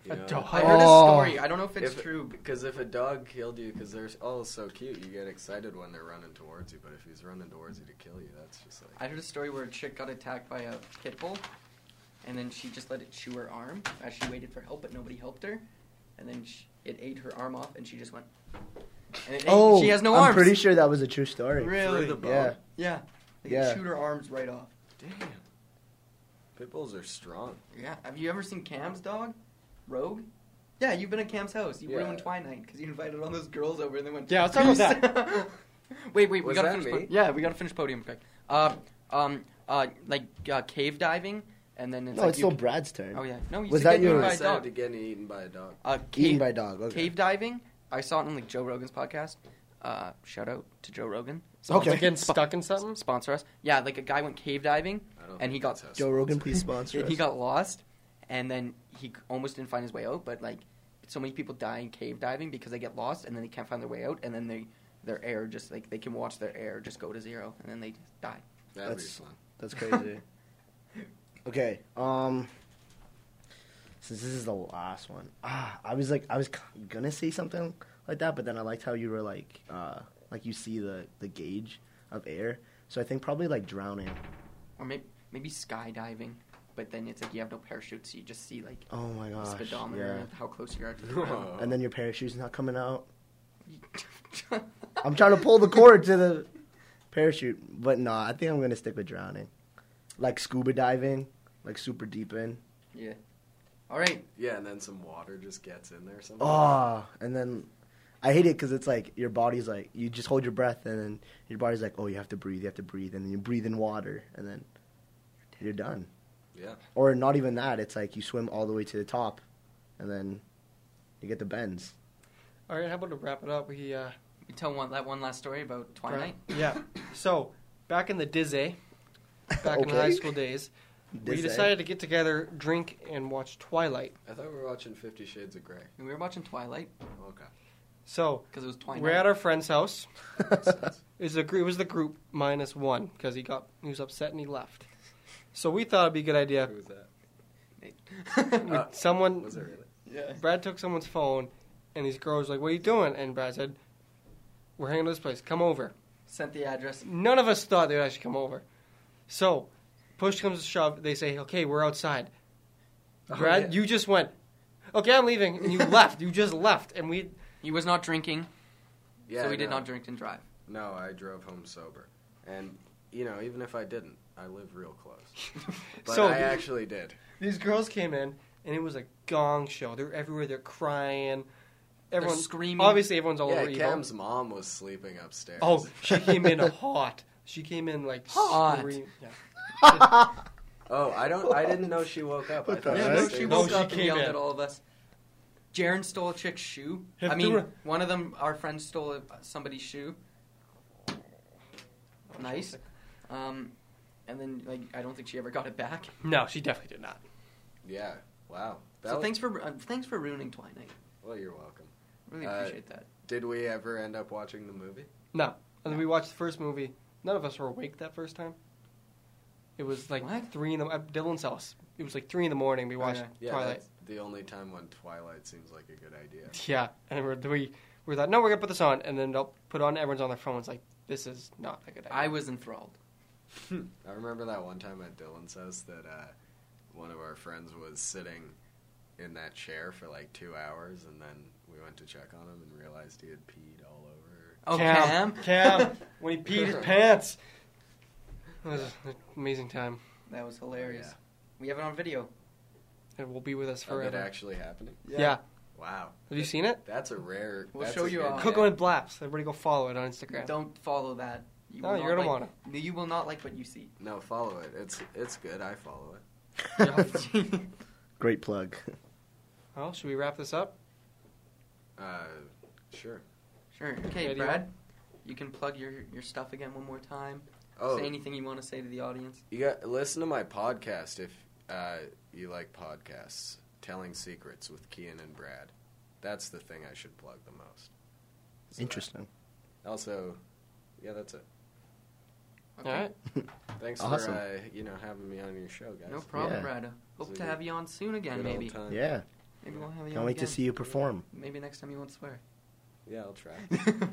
S2: You
S1: A
S2: know?
S1: dog? I heard a Oh. story. I don't know if it's true.
S2: Because if a dog killed you, because they're all so cute, you get excited when they're running towards you. But if he's running towards you to kill you, that's just like
S1: I heard a story where a chick got attacked by a pit bull, and then she just let it chew her arm as she waited for help, but nobody helped her. And then she, it ate her arm off, and she just went. And it ate-
S3: Oh,
S1: she has no
S3: I'm
S1: arms.
S3: pretty sure that was a true story.
S1: Really?
S3: Yeah.
S1: Yeah. They
S3: Yeah.
S1: shoot her arms right off. Damn.
S2: Pit bulls are strong.
S1: Yeah. Have you ever seen Cam's dog, Rogue? Yeah, you've been at Cam's house. You
S2: Yeah.
S1: ruined Twilight because you invited all those girls over and they went.
S4: Yeah, let's talk about
S1: that. wait, wait. we
S4: Was
S1: gotta
S4: that
S1: finish
S4: me?
S1: yeah, we gotta finish podium quick. Uh, um, uh, like uh, cave diving, and then it's
S3: No,
S1: like
S3: it's
S1: you
S3: still Brad's turn.
S1: Oh yeah. No, you
S3: Was
S1: said
S3: that
S1: getting
S3: your-
S1: eaten by a
S3: I said
S1: dog.
S2: Getting eaten by a dog.
S1: Uh, cave,
S3: Eaten by a dog, okay.
S1: Cave diving. I saw it on like Joe Rogan's podcast. Uh, shout out to Joe Rogan.
S3: Okay. Like getting
S1: stuck in something. Sponsor us. Yeah, like a guy went cave diving and he got
S3: Joe Rogan, please sponsor
S1: Yeah, he
S3: us.
S1: got lost, and then he c- almost didn't find his way out. But like, so many people die in cave diving because they get lost and then they can't find their way out, and then they their air just like they can watch their air just go to zero, and then they just die.
S2: That'd be
S3: That's-
S2: fun.
S3: That's crazy. okay. Um. Since this is the last one, ah, I was like, I was c- gonna say something like that, but then I liked how you were like, uh, like you see the the gauge of air. So I think probably like drowning.
S1: Or maybe maybe skydiving, but then it's like you have no parachute, so you just see like
S3: Oh my
S1: the
S3: gosh,
S1: speedometer
S3: yeah.
S1: and how close you are to the
S2: Oh,
S1: ground.
S3: And then your parachute's not coming out. I'm trying to pull the cord to the parachute, but no, I think I'm gonna stick with drowning, like scuba diving, like super deep in.
S1: Yeah. All right.
S2: Yeah, and then some water just gets in there. Something.
S1: Ah.
S3: Oh, and then I hate it because it's like your body's like you just hold your breath, and then your body's like, oh, you have to breathe, you have to breathe, and then you breathe in water, and then you're done.
S2: Yeah.
S3: Or not even that. It's like you swim all the way to the top, and then you get the bends.
S4: All right, how about to wrap it up? We uh,
S1: we tell one that one last story about Twilight.
S4: Yeah. So back in the Dizzy, back in
S1: Okay.
S4: the high school days, we
S1: Dizzy.
S3: eh?
S4: decided to get together, drink, and watch Twilight.
S2: I thought we were watching Fifty Shades of Grey.
S1: We were watching Twilight.
S2: Okay.
S4: So
S1: 'Cause it was Twilight.
S4: we're at our friend's house. it, was a, gr- it was the group minus one because he got he was upset and he left. So we thought it'd be a good idea. Who
S2: was that?
S1: Uh,
S4: someone.
S2: was it really?
S1: Yeah.
S4: Brad took someone's phone, and these girls were like, "What are you doing?" And Brad said, "We're hanging at this place. Come over."
S1: Sent the address.
S4: None of us thought they would actually come over. So, push comes to shove, they say, okay, we're outside.
S1: Oh,
S4: Brad,
S1: yeah.
S4: you just went, okay, I'm leaving. And you left. You just left. And we.
S1: He was not drinking.
S2: Yeah,
S1: so
S2: I
S1: we did
S2: know.
S1: not drink and drive.
S2: No, I drove home sober, and you know, even if I didn't, I live real close. but
S4: So-
S2: I actually did.
S4: These girls came in, and it was a gong show. They were everywhere. They're crying. Everyone,
S2: screaming.
S4: Obviously, everyone's all
S2: yeah,
S4: over evil.
S2: Cam's mom was sleeping upstairs.
S4: Oh, she came in hot. She came in like
S2: Hot.
S4: scream- yeah.
S2: oh, I don't. I didn't know she woke up. I
S4: What the
S2: thought
S4: heck?
S2: was
S4: No, she
S2: staying-
S1: woke
S4: she
S1: up and
S4: came
S1: yelled
S4: in.
S1: at all of us. Jaren stole a chick's shoe.
S4: Have
S1: I
S4: to
S1: mean,
S4: re-
S1: one of them, our friend, stole a, somebody's shoe. Nice. Um, and then, like, I don't think she ever got it back.
S4: No, she definitely did not.
S2: Yeah. Wow. That
S1: so
S2: was-
S1: thanks for uh, thanks for ruining Twilight.
S2: Well, you're welcome.
S1: Really
S2: Uh,
S1: appreciate that.
S2: Did we ever end up watching the movie?
S4: No. And then we watched the first movie. None of us were awake that first time. It was like three in the uh, at Dylan's house. It was like three in the morning. We watched
S2: yeah,
S4: Twilight.
S2: that's the only time when Twilight seems like a good idea.
S4: Yeah, and we're, we we thought, no, we're gonna put this on, and then they'll put on. Everyone's on their phones. Like this is not a good idea.
S1: I was enthralled.
S2: I remember that one time at Dylan's house that uh, one of our friends was sitting in that chair for like two hours, and then we went to check on him and realized he had peed all over.
S1: Oh,
S4: Cam,
S1: Cam?
S4: Cam, when he peed his pants. It was an amazing time,
S1: That was hilarious. Oh, We have it on video.
S4: and will be with us
S2: Of it
S4: forever.
S2: actually happening?
S4: Yeah. Yeah.
S2: Wow.
S4: Have you seen it?
S2: That's a rare.
S1: We'll
S2: that's
S1: show
S2: a
S1: you
S2: good-
S1: all.
S4: Coco and Blaps. Everybody go follow it on Instagram.
S1: Oh, Don't follow that. You
S4: No,
S1: will
S4: you're
S1: not
S4: gonna
S1: like,
S4: wanna.
S1: No, You will not like what you see.
S2: No, follow it. It's it's good. I follow it.
S3: Great plug.
S4: Well, Oh, should we wrap this up?
S2: Uh, sure.
S1: Sure. Okay,
S4: Yeah, do you
S1: Brad, you can plug your, your stuff again one more time.
S2: Oh.
S1: Say anything you want to say to the audience.
S2: You got listen to my podcast if uh, you like podcasts. Telling secrets with Kian and Brad. That's the thing I should plug the most.
S3: Interesting.
S2: Also, yeah, that's it.
S4: All right.
S2: Thanks
S3: Awesome.
S2: for uh, you know having me on your show, guys.
S1: No problem,
S3: Yeah.
S1: Brad.
S2: It's
S1: Hope
S2: a
S1: to have
S2: good-
S1: you on soon again,
S2: good old
S1: maybe.
S2: time.
S3: Yeah.
S1: Maybe we'll have you
S3: Can't
S1: on
S3: wait to
S1: again.
S3: see you perform.
S1: Maybe next time you won't swear.
S2: Yeah, I'll try.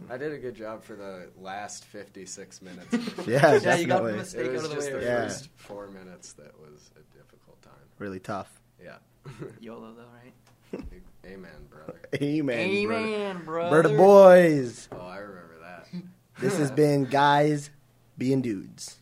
S2: I did a good job for the last 56 minutes.
S3: Yeah, Yeah, you got the definitely.
S1: mistake
S2: it was
S1: out of the
S2: just
S1: way
S2: the
S3: Yeah.
S2: first four minutes that was a difficult time.
S3: Really tough.
S2: Yeah.
S1: YOLO, though, right?
S2: Amen, brother.
S3: Amen.
S1: Amen,
S3: brother.
S1: brother.
S3: Brother boys.
S2: Oh, I remember that.
S3: This has been guys being dudes.